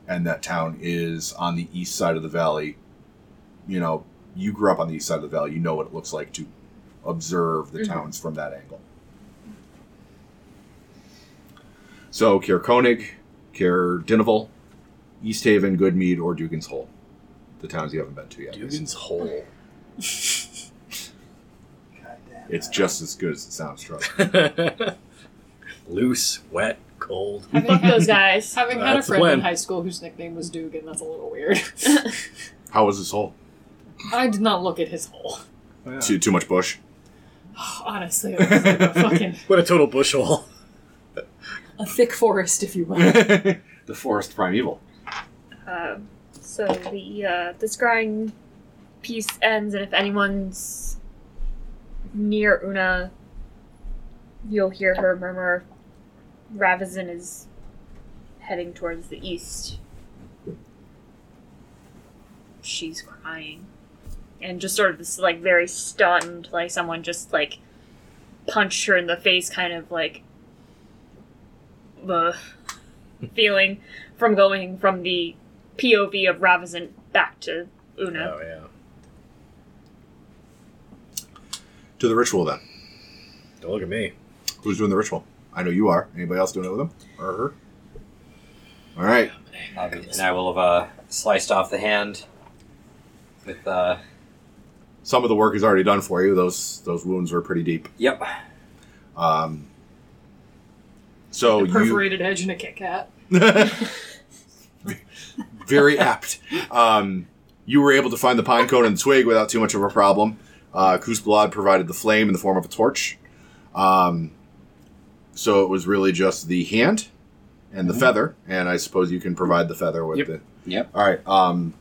and that town is on the east side of the valley. You know, you grew up on the east side of the valley. You know what it looks like to observe the Mhm. towns from that angle. So, Kier Koenig, Kier Dinival, East Haven, Goodmead, or Dugan's Hole. The towns you haven't been to yet. Dugan's hole. It's just as good as it sounds, trust. me. (laughs) Loose, wet, cold. Having Fuck (laughs) had, those guys. having had a That's the friend plan. in high school whose nickname was Dugan, that's a little (laughs) weird. How was this hole? I did not look at his hole. (sighs) Too, too much bush. Honestly, it was like a fucking What a total bush hole. a thick forest, if you (laughs) will. (laughs) the forest primeval. Um, so the uh, the scrying piece ends, and if anyone's near Una, you'll hear her murmur, "Ravizin is heading towards the east." She's crying, and just sort of this like very stunned, like someone just like punched her in the face, kind of like the feeling from going from the POV of Ravizant back to Una. Oh, yeah. To the ritual, then. Don't look at me. Who's doing the ritual? I know you are. Anybody else doing it with him? Or her? All right. I'll be- and I will have uh, sliced off the hand with. Uh, Some of the work is already done for you. Those those wounds were pretty deep. yep. Um, so Oh, a you perforated edge and a Kit Kat. (laughs) very apt. Um, you were able to find the pine cone and the twig without too much of a problem. Uh, Kusblad provided the flame in the form of a torch. Um, so it was really just the hand and the feather, and I suppose you can provide the feather with Yep. the. Yep. All right. Um,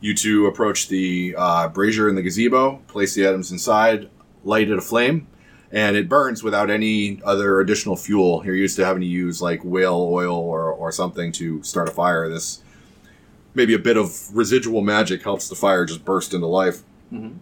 you two approach the uh, brazier in the gazebo, place the items inside, light it aflame, and it burns without any other additional fuel. You're used to having to use like whale oil or, or something to start a fire. This maybe a bit of residual magic helps the fire just burst into life. Mhm.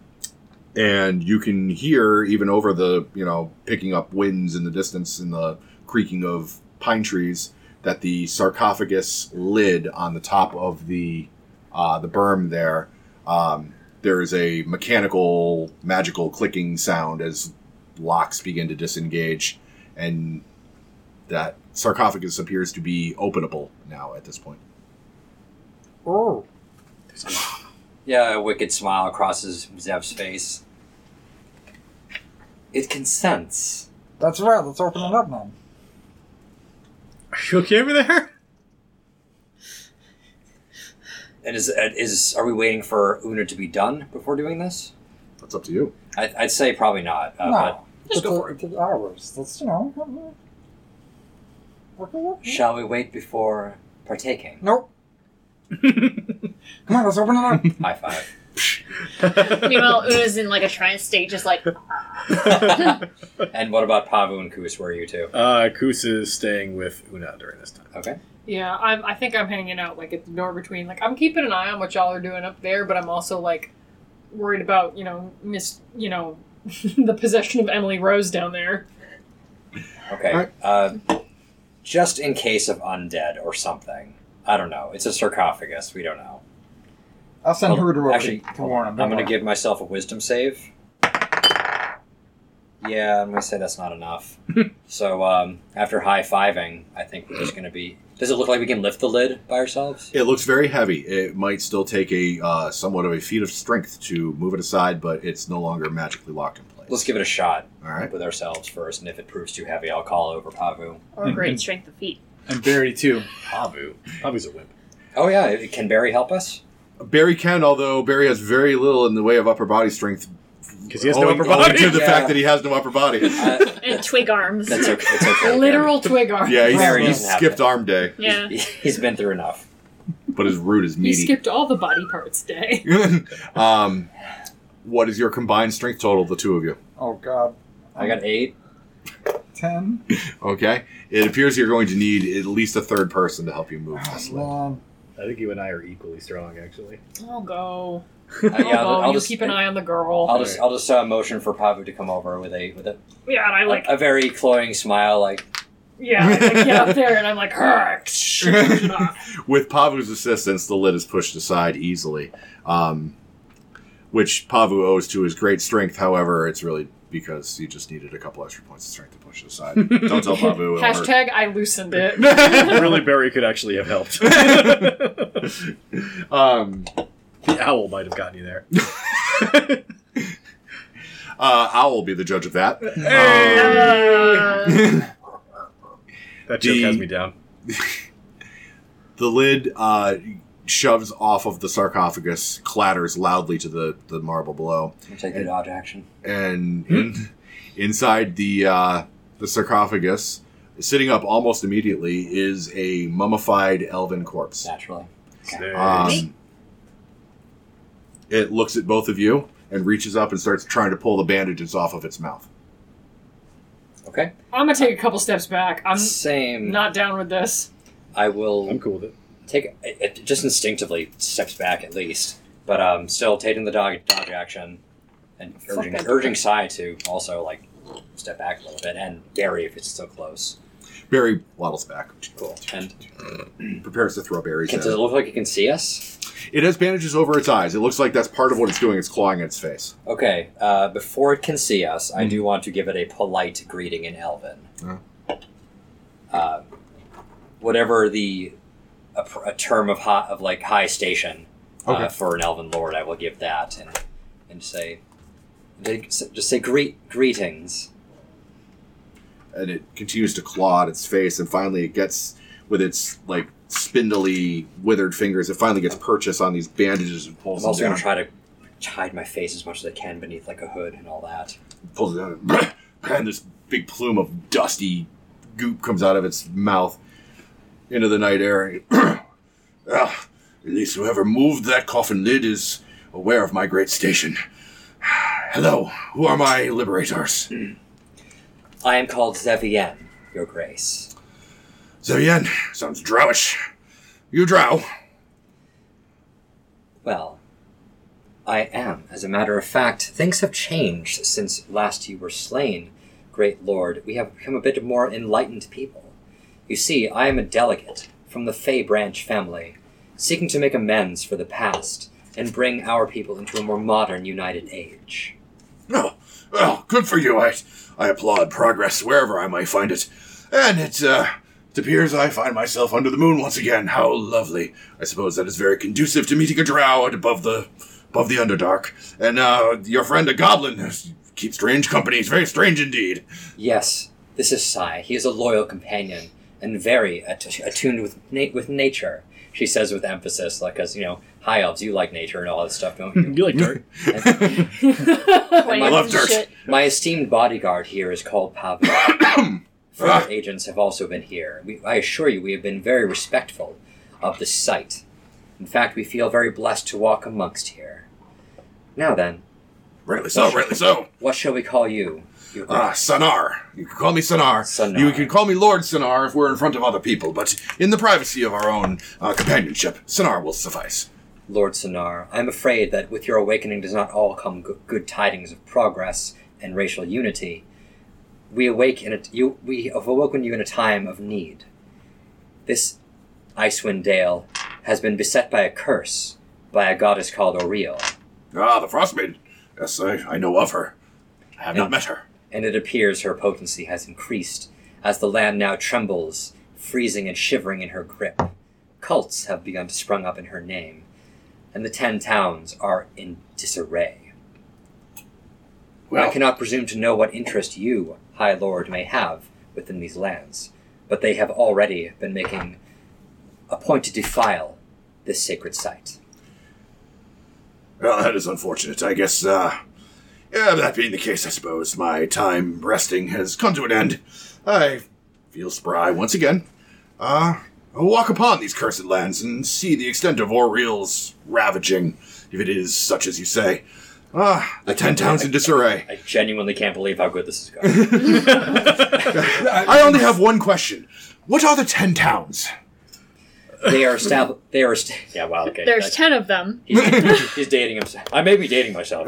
And you can hear even over the you know picking up winds in the distance and the creaking of pine trees that the sarcophagus lid on the top of the uh, the berm there. Um, there is a mechanical, magical clicking sound as locks begin to disengage, and that sarcophagus appears to be openable now at this point. Oh, Yeah, a wicked smile crosses Zev's face. It consents. that's right. Let's open it up now. Are you okay over there? And is uh, is are we waiting for Una to be done before doing this? That's up to you. I, I'd say probably not. Uh, no, just go It for it. took- took hours. That's you know. Okay, but okay. shall we wait before partaking? (laughs) Nope. Come on, let's open it up. High five. (laughs) Meanwhile, Una's in like a trance state, just like And what about Pavu and Kus? Where are you two? (laughs) uh, Kus is staying with Una during this time. Okay. Yeah, I'm, I think I'm hanging out like at the door between. Like I'm keeping an eye on what y'all are doing up there, but I'm also like worried about you know miss you know (laughs) the possession of Emily Rose down there. (laughs) Okay. Alright. Uh, just in case of undead or something. I don't know. It's a sarcophagus. We don't know. I'll send Hold on. her to, Actually, to hold warn I'm him. going to give myself a wisdom save. Yeah, I'm going to say that's not (laughs) enough. so um, after high fiving, I think we're just going to be. Does it look like we can lift the lid by ourselves? It looks very heavy. It might still take a uh, somewhat of a feat of strength to move it aside, but it's no longer magically locked in place. Let's give it a shot All right. with ourselves first, and if it proves too heavy, I'll call over Pavu. or great strength of feet. And Barry too. Pavu. Pavu's a wimp. Oh yeah, it- can Barry help us? Barry can, although Barry has very little in the way of upper body strength. Because he has no owing- upper owing body. (laughs) to the Yeah. fact that he has no upper body. (laughs) Uh, And twig arms. that's okay. It's okay. Literal twig arm. Yeah, he's, Barry he doesn't have skipped it. arm day, yeah. He's- he's been through enough. but his root is He meaty. skipped all the body parts day. (laughs) um, what is your combined strength total, the two of you? Oh God, I got eight. (laughs) ten. Okay. It appears you're going to need at least a third person to help you move Oh, this. man. I think you and I are equally strong, actually. (laughs) I'll go. Uh, yeah, I'll, Although I'll you just keep an eye on the girl. I'll just I'll just uh, motion for Pavu to come over with a with a, yeah, and I like a, a very cloying smile, like yeah, I like, get up there and I'm like, (laughs) (laughs) "Argh." (laughs) With Pavu's assistance, the lid is pushed aside easily, um, which Pavu owes to his great strength. However, it's really because he just needed a couple extra points of strength to push it aside. Don't tell Pavu. it'll hurt. hashtag I loosened it. (laughs) (laughs) really, Barry could actually have (laughs) helped. the um, owl might have gotten you there. uh, Owl will be the judge of that. Um, Uh, That joke The- has me down. The lid uh, shoves off of the sarcophagus, clatters loudly to the, the marble below, which I did odd action. and in, inside the uh, the sarcophagus, sitting up almost immediately, is a mummified elven corpse. Naturally. Ah. Um, it looks at both of you and reaches up and starts trying to pull the bandages off of its mouth. Okay. I'm gonna take a couple steps back. I'm Same. not down with this. I will I'm cool with it. take it, it just instinctively steps back at least, but um, still taking the dog dodge action and Fuck urging that dog. urging Sai to also like step back a little bit and Barry if it's still close. Barry waddles back, Cool. And prepares to throw berries. can, At does it it. look like it can see us? it has bandages over its eyes. It looks like that's part of what it's doing. It's clawing its face. Okay. Uh, before it can see us, Hmm. I do want to give it a polite greeting in Elven. Yeah. Uh, whatever the a, pr- a term of high, of like high station uh, Okay. for an Elven lord, I will give that and and say. they- Just say greet greetings. and it continues to claw at its face and finally it gets with its like spindly withered fingers it finally gets purchase on these bandages and pulls I'm them also down, going to try to hide my face as much as I can beneath like a hood and all that. pulls it down and (clears throat) this big plume of dusty goop comes out of its mouth into the night air (clears throat) ah, at least whoever moved that coffin lid is aware of my great station (sighs) hello who are my liberators I am called Zevien, Your Grace. Zevien sounds drowish you drow Well, I am. As a matter of fact, things have changed since last you were slain, great lord. We have become a bit more enlightened people. You see, I am a delegate from the Fey branch family, seeking to make amends for the past and bring our people into a more modern, united age. No. Well, good for you. I, I applaud progress wherever I may find it. And it, uh, it appears I find myself under the moon once again. How lovely. I suppose that is very conducive to meeting a drow at above the above the underdark. And uh, your friend a goblin has- keeps strange company. It's very strange indeed. Yes, this is Sai. He is a loyal companion and very att- attuned with na- with nature. She says with emphasis, like, "Cause you know, high elves, you like nature and all that stuff, (laughs) don't you?" You like dirt? And I love Plants and dirt. shit. my esteemed bodyguard here is called Pavel. Ah. Further agents have also been here. We, I assure you, we have been very respectful of this site. In fact, we feel very blessed to walk amongst here. Now then, Rightly so, rightly so. what shall we call you? You- Ah, Sonar. You can call me Sonar. Sonar. You can call me Lord Sonar if we're in front of other people, but in the privacy of our own uh, companionship, Sonar will suffice. Lord Sonar, I am afraid that with your awakening does not all come go- good tidings of progress and racial unity. We awake in a, you, we have awoken you in a time of need. This Icewind Dale has been beset by a curse by a goddess called Oriel, Ah, the Frostmaiden. Yes, I, I know of her. I have not And- met her. and it appears her potency has increased as the land now trembles, freezing and shivering in her grip. Cults have begun to sprung up in her name, and the ten towns are in disarray. I Well, cannot presume to know what interest you, High Lord, may have within these lands, but they have already been making a point to defile this sacred site. well, that is unfortunate. I guess, uh, yeah, that being the case, I suppose my time resting has come to an end. I feel spry once again. Uh, I'll walk upon these cursed lands and see the extent of Oriel's ravaging, if it is such as you say. Ah, the ten towns in disarray. I genuinely can't believe how good this is going. I only have one question. What are the ten towns? They (laughs) are established. They are. St- yeah. Wow. Okay. There's that's- ten of them. he's, he's dating himself. I may be dating myself.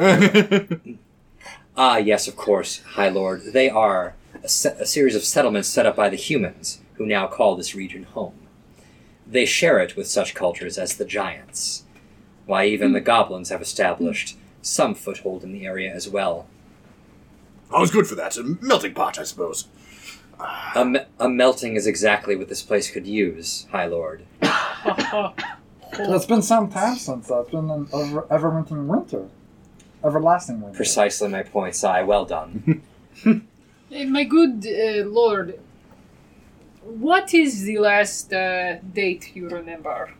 Ah, yes, of course, High Lord. They are a, se- a series of settlements set up by the humans, who now call this region home. They share it with such cultures as the Giants. Why, even the goblins have established some foothold in the area as well. I was good for that. A melting pot, I suppose. A, me- a melting is exactly what this place could use, High Lord. It's been some time since that. It's been an ever- everwinter winter. Everlasting winter. Precisely my point, Sai. Well done. Eh, My good uh, lord, what is the last uh, date you remember?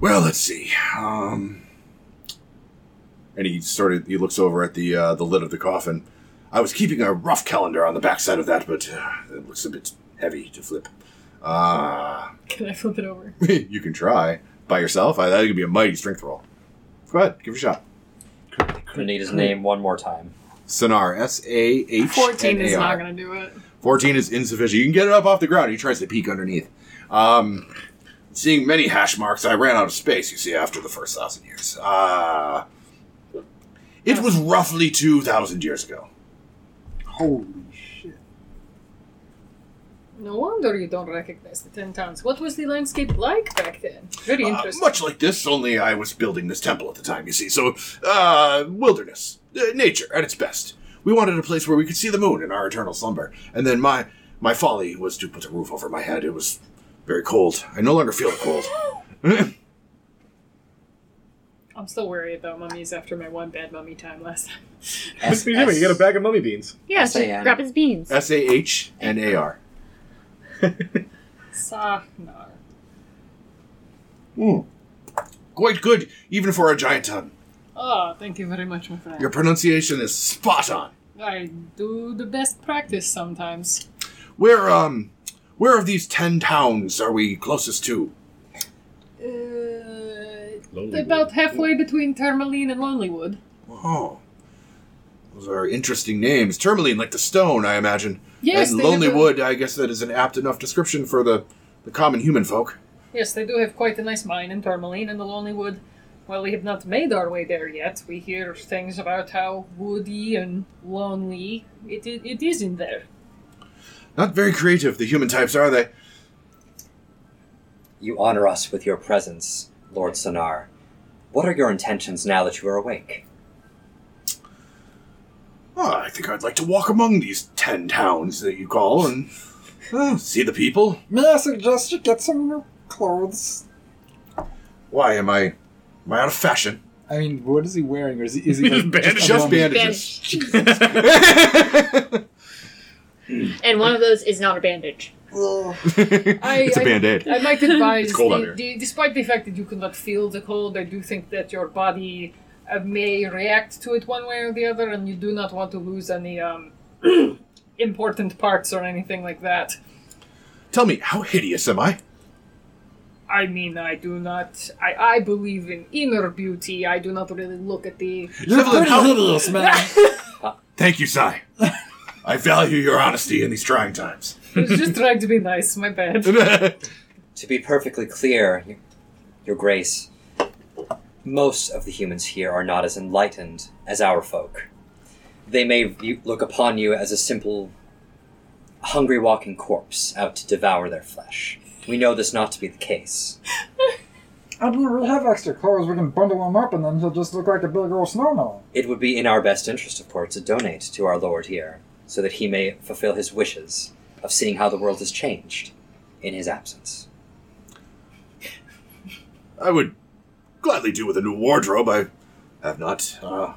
Well, let's see. Um, and he started. He looks over at the uh, the lid of the coffin. I was keeping a rough calendar on the backside of that, but uh, it looks a bit heavy to flip. Uh, (laughs) Can I flip it over? you can try by yourself. I, that could be a mighty strength roll. Go ahead, give it a shot. I need his name one more time. Sonar, S A H. 14 is not N-A-R. going to do it. 14 is insufficient. You can get it up off the ground. He tries to peek underneath. Um, seeing many hash marks, I ran out of space, you see, after the first thousand years. Uh, it was roughly 2,000 years ago. Holy shit. No wonder you don't recognize the 10 towns. What was the landscape like back then? Very Uh, interesting. much like this, only I was building this temple at the time, you see. So, uh, wilderness, uh, nature at its best. We wanted a place where we could see the moon in our eternal slumber. And then my my folly was to put a roof over my head. It was very cold. I no longer feel the cold. I'm still worried about mummies after my one bad mummy time last (laughs) time. What's he doing? You got a bag of mummy beans. Yeah, so S-A-N. grab his beans. S A H N A R. Sahnar. Hmm. Quite good, even for a giant tongue. Oh, thank you very much, my friend. Your pronunciation is spot on. I do the best practice sometimes. Where um, where of these ten towns are we closest to? Uh, Lonely about halfway between Tourmaline and Lonelywood. Oh, those are interesting names. Tourmaline, like the stone, I imagine. Yes, and they have lonely a- wood. I guess that is an apt enough description for the the common human folk. Yes, they do have quite a nice mine in Tourmaline and the Lonelywood. While we have not made our way there yet, we hear things about how woody and lonely it, it, it is in there. Not very creative, the human types, are they? You honor us with your presence, Lord Sonar. What are your intentions now that you are awake? Oh, I think I'd like to walk among these ten towns that you call and uh, see the people. May I suggest you get some new clothes? Why am I am I out of fashion? I mean, what is he wearing? Or is he, (laughs) is he He like, just bandaged- a Just mummy? bandages. And one of those is not a bandage. Ugh. I, (laughs) it's a I- band aid. I (laughs) might advise, It's cold out the- here. the- despite the fact that you cannot feel the cold, I do think that your body uh, may react to it one way or the other, and you do not want to lose any um, (clears throat) important parts or anything like that. (laughs) Tell me, how hideous am I? I mean, I do not. I, I believe in inner beauty. I do not really look at the. You're Evelyn, pretty how- hideous, (laughs) man. Thank you, Sai. (laughs) I value your honesty in these trying (laughs) times. (laughs) I was just trying to be nice. My bad. To be perfectly clear, Your- Your Grace, most of the humans here are not as enlightened as our folk. They may view, look upon you as a simple, hungry walking corpse out to devour their flesh. We know this not to be the case. I mean, we have extra clothes. We can bundle him up, and then he'll just look like a big old snowman. It would be in our best interest, of course, to donate to our Lord here, so that he may fulfill his wishes of seeing how the world has changed in his absence. I would gladly do with a new wardrobe. I have not uh,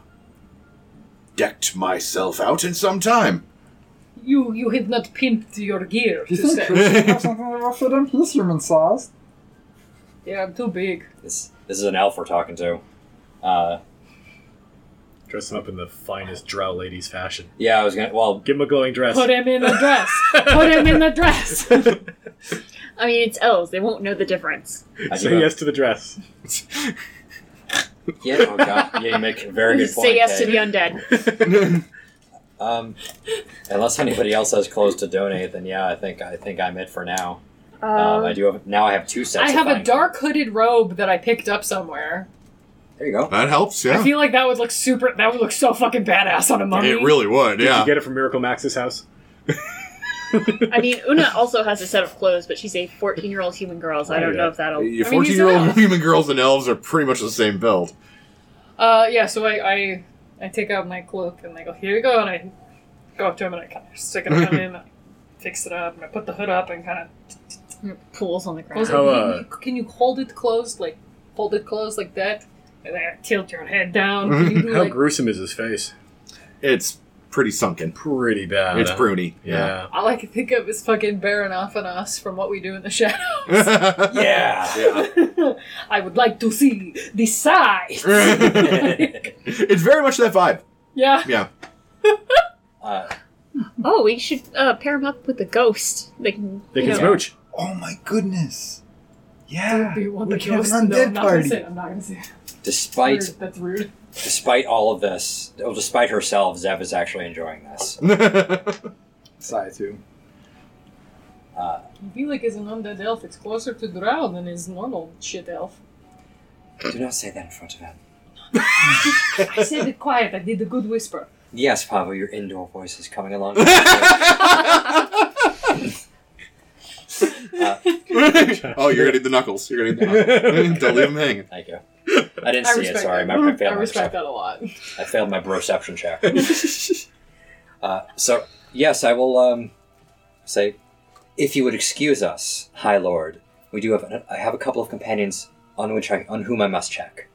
decked myself out in some time. You you have not pimped your gear. Do To you think say. (laughs) Christian have something that will fit him? He's human sized. Yeah, I'm too big. This, this is an elf we're talking to. Uh, Dress him up in the finest drow lady's fashion. yeah, I was gonna. Well, Give him a glowing dress. (laughs) Put him in a dress. Put him in a dress. I mean, it's elves. They won't know the difference. I Say give up. yes to the dress. (laughs) Yeah, oh god. Yeah, you make a very good (laughs) point. Say yes to Kay. the undead. Um, unless anybody else has clothes to donate, then yeah, I think I think I'm it for now. Um, I Um, do have now. I have two sets. I of have a fine- dark hooded robe that I picked up somewhere. There you go. That helps, I yeah. feel like that would look super. That would look so fucking badass on a mummy. It really would, Did you yeah. get it from Miracle Max's house? I mean, Una also has a set of clothes, but she's a 14 year old human girl, so I don't know if that'll. Your he's 14 year old enough. human girls and elves are pretty much the same build. Uh, yeah. So I, I, I take out my cloak and I go, "Here you go," and I go up to him and I kind of stick it on him, and I fix it up, and I put the hood up and kind of Pools on the ground. close How, it. Can uh, you- Can you hold it closed, like hold it closed like that, and then tilt your head down? Can you do How like, gruesome is his face? It's pretty sunken. Pretty bad. It's huh? pruny. Yeah. all I can think of is fucking Baronofanos from what we do in the shadow. Yeah. (laughs) (laughs) Yeah. (laughs) I would like to see the (laughs) size. (laughs) it's very much that (laughs) vibe. (laughs) Yeah. Yeah. Uh, Oh, we should uh, pair him up with the ghost. They can, They you can know, smooch. Oh my goodness. Yeah. Do you want Ah, the we can have ghost? an no, I'm undead not gonna party. say. it, I'm not gonna say. it. despite Rude, That's rude. despite all of this, oh, despite herself, Zev is actually enjoying this. Sigh too. Velik is an undead elf. It's closer to Drow than his normal shit (laughs) elf. Do not say that in front of him. I said it quiet. I did a good (laughs) whisper. Yes, Pablo, your indoor voice is coming (laughs) along. (laughs) oh, (laughs) you're gonna need the knuckles. You're gonna need the knuckles. Don't leave them hanging. Thank you. I didn't I see respect it. Sorry, that. my, I I failed my respect perception. that a lot. I failed my perception check. (laughs) uh, so yes, I will um, say, if you would excuse us, High Lord, we do have. I have a couple of companions on which I, on whom I must check.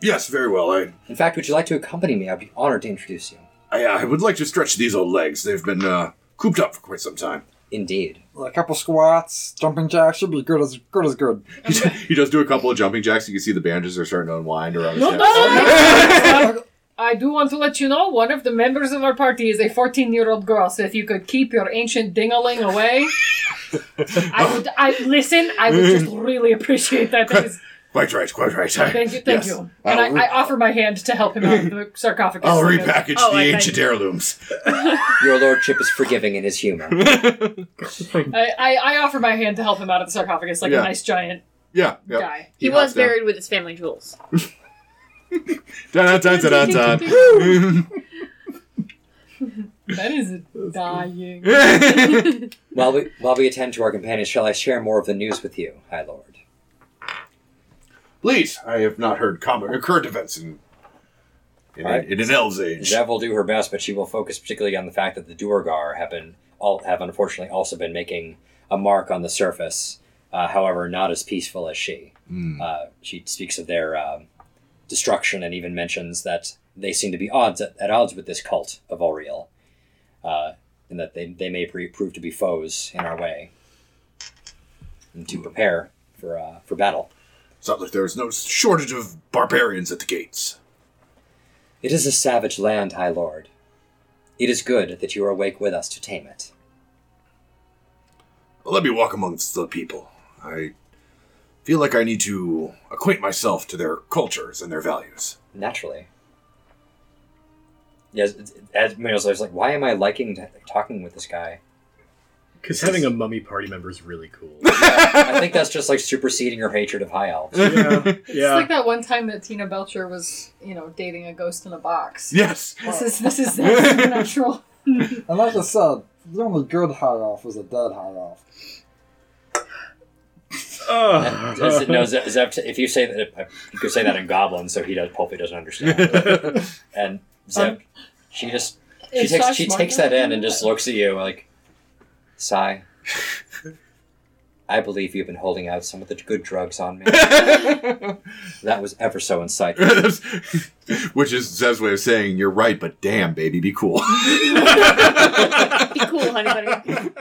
Yes, very well. I, In fact, would you like to accompany me? I'd be honored to introduce you. I, I would like to stretch these old legs. They've been uh, cooped up for quite some time. (laughs) Indeed. A couple squats, jumping jacks should be good as good as good. He, ju- he does do a couple of jumping jacks. You can see the bandages are starting to unwind around his No, no, neck. (laughs) no, no. I do want to let you know one of the members of our party is a 14 year old girl, so if you could keep your ancient dingaling away. I would, I listen, I would (laughs) just really appreciate that. That is- Quite right, quite right. thank you, thank Yes. you. And I'll, re- I, I offer my hand to help him out (laughs) of the sarcophagus. I'll repackage Oh, the I- I- ancient heirlooms. Your lordship is forgiving in his humor. I, I, I offer my hand to help him out of the sarcophagus like Yeah. a nice giant Yeah, yeah. (laughs) guy. He hops was down. buried with his family jewels. Dun, dun, dun, dun, (laughs) (laughs) That is dying. (laughs) dun, dun. While we while we attend to our companions, shall I share more of the news with you, High Lord? (laughs) Please, I have not heard common, current events in, in, All right. in an elves age. Zev will do her best, but she will focus particularly on the fact that the Duergar have been all have unfortunately also been making a mark on the surface. Uh, however, not as peaceful as she. Uh, she speaks of their um destruction and even mentions that they seem to be odds at, at odds with this cult of Oriel, uh, and that they, they may pre- prove to be foes in our way. And to prepare for uh, for battle. Sounds like there's no shortage of barbarians at the gates. It is a savage land, High Lord. It is good that you are awake with us to tame it. Well, let me walk amongst the people. I feel like I need to acquaint myself to their cultures and their values. Naturally. Yes, it's- as Mariel's always like, why am I liking t- talking with this guy? Because having a mummy party member is (laughs) really cool. I think that's just like superseding your hatred of high elves. yeah. It's Yeah. like that one time that Tina Belcher was, you know, dating a ghost in a box. Yes! This is this is natural. And like I said, the only good high off was a dead high off. Ugh. As it- no, Zev, Zev, if you say that, you could say that in Goblin, so he does, Pulpy (laughs) doesn't understand. and Zev, she just she Is takes Sasha she smart takes enough that to in do and just that? looks at you like, sigh. I believe you've been holding out some of the good drugs on me. that was ever so insightful. (laughs) Which is Zev's way of saying, you're right, but damn, baby, be cool. Be cool, honey bunny.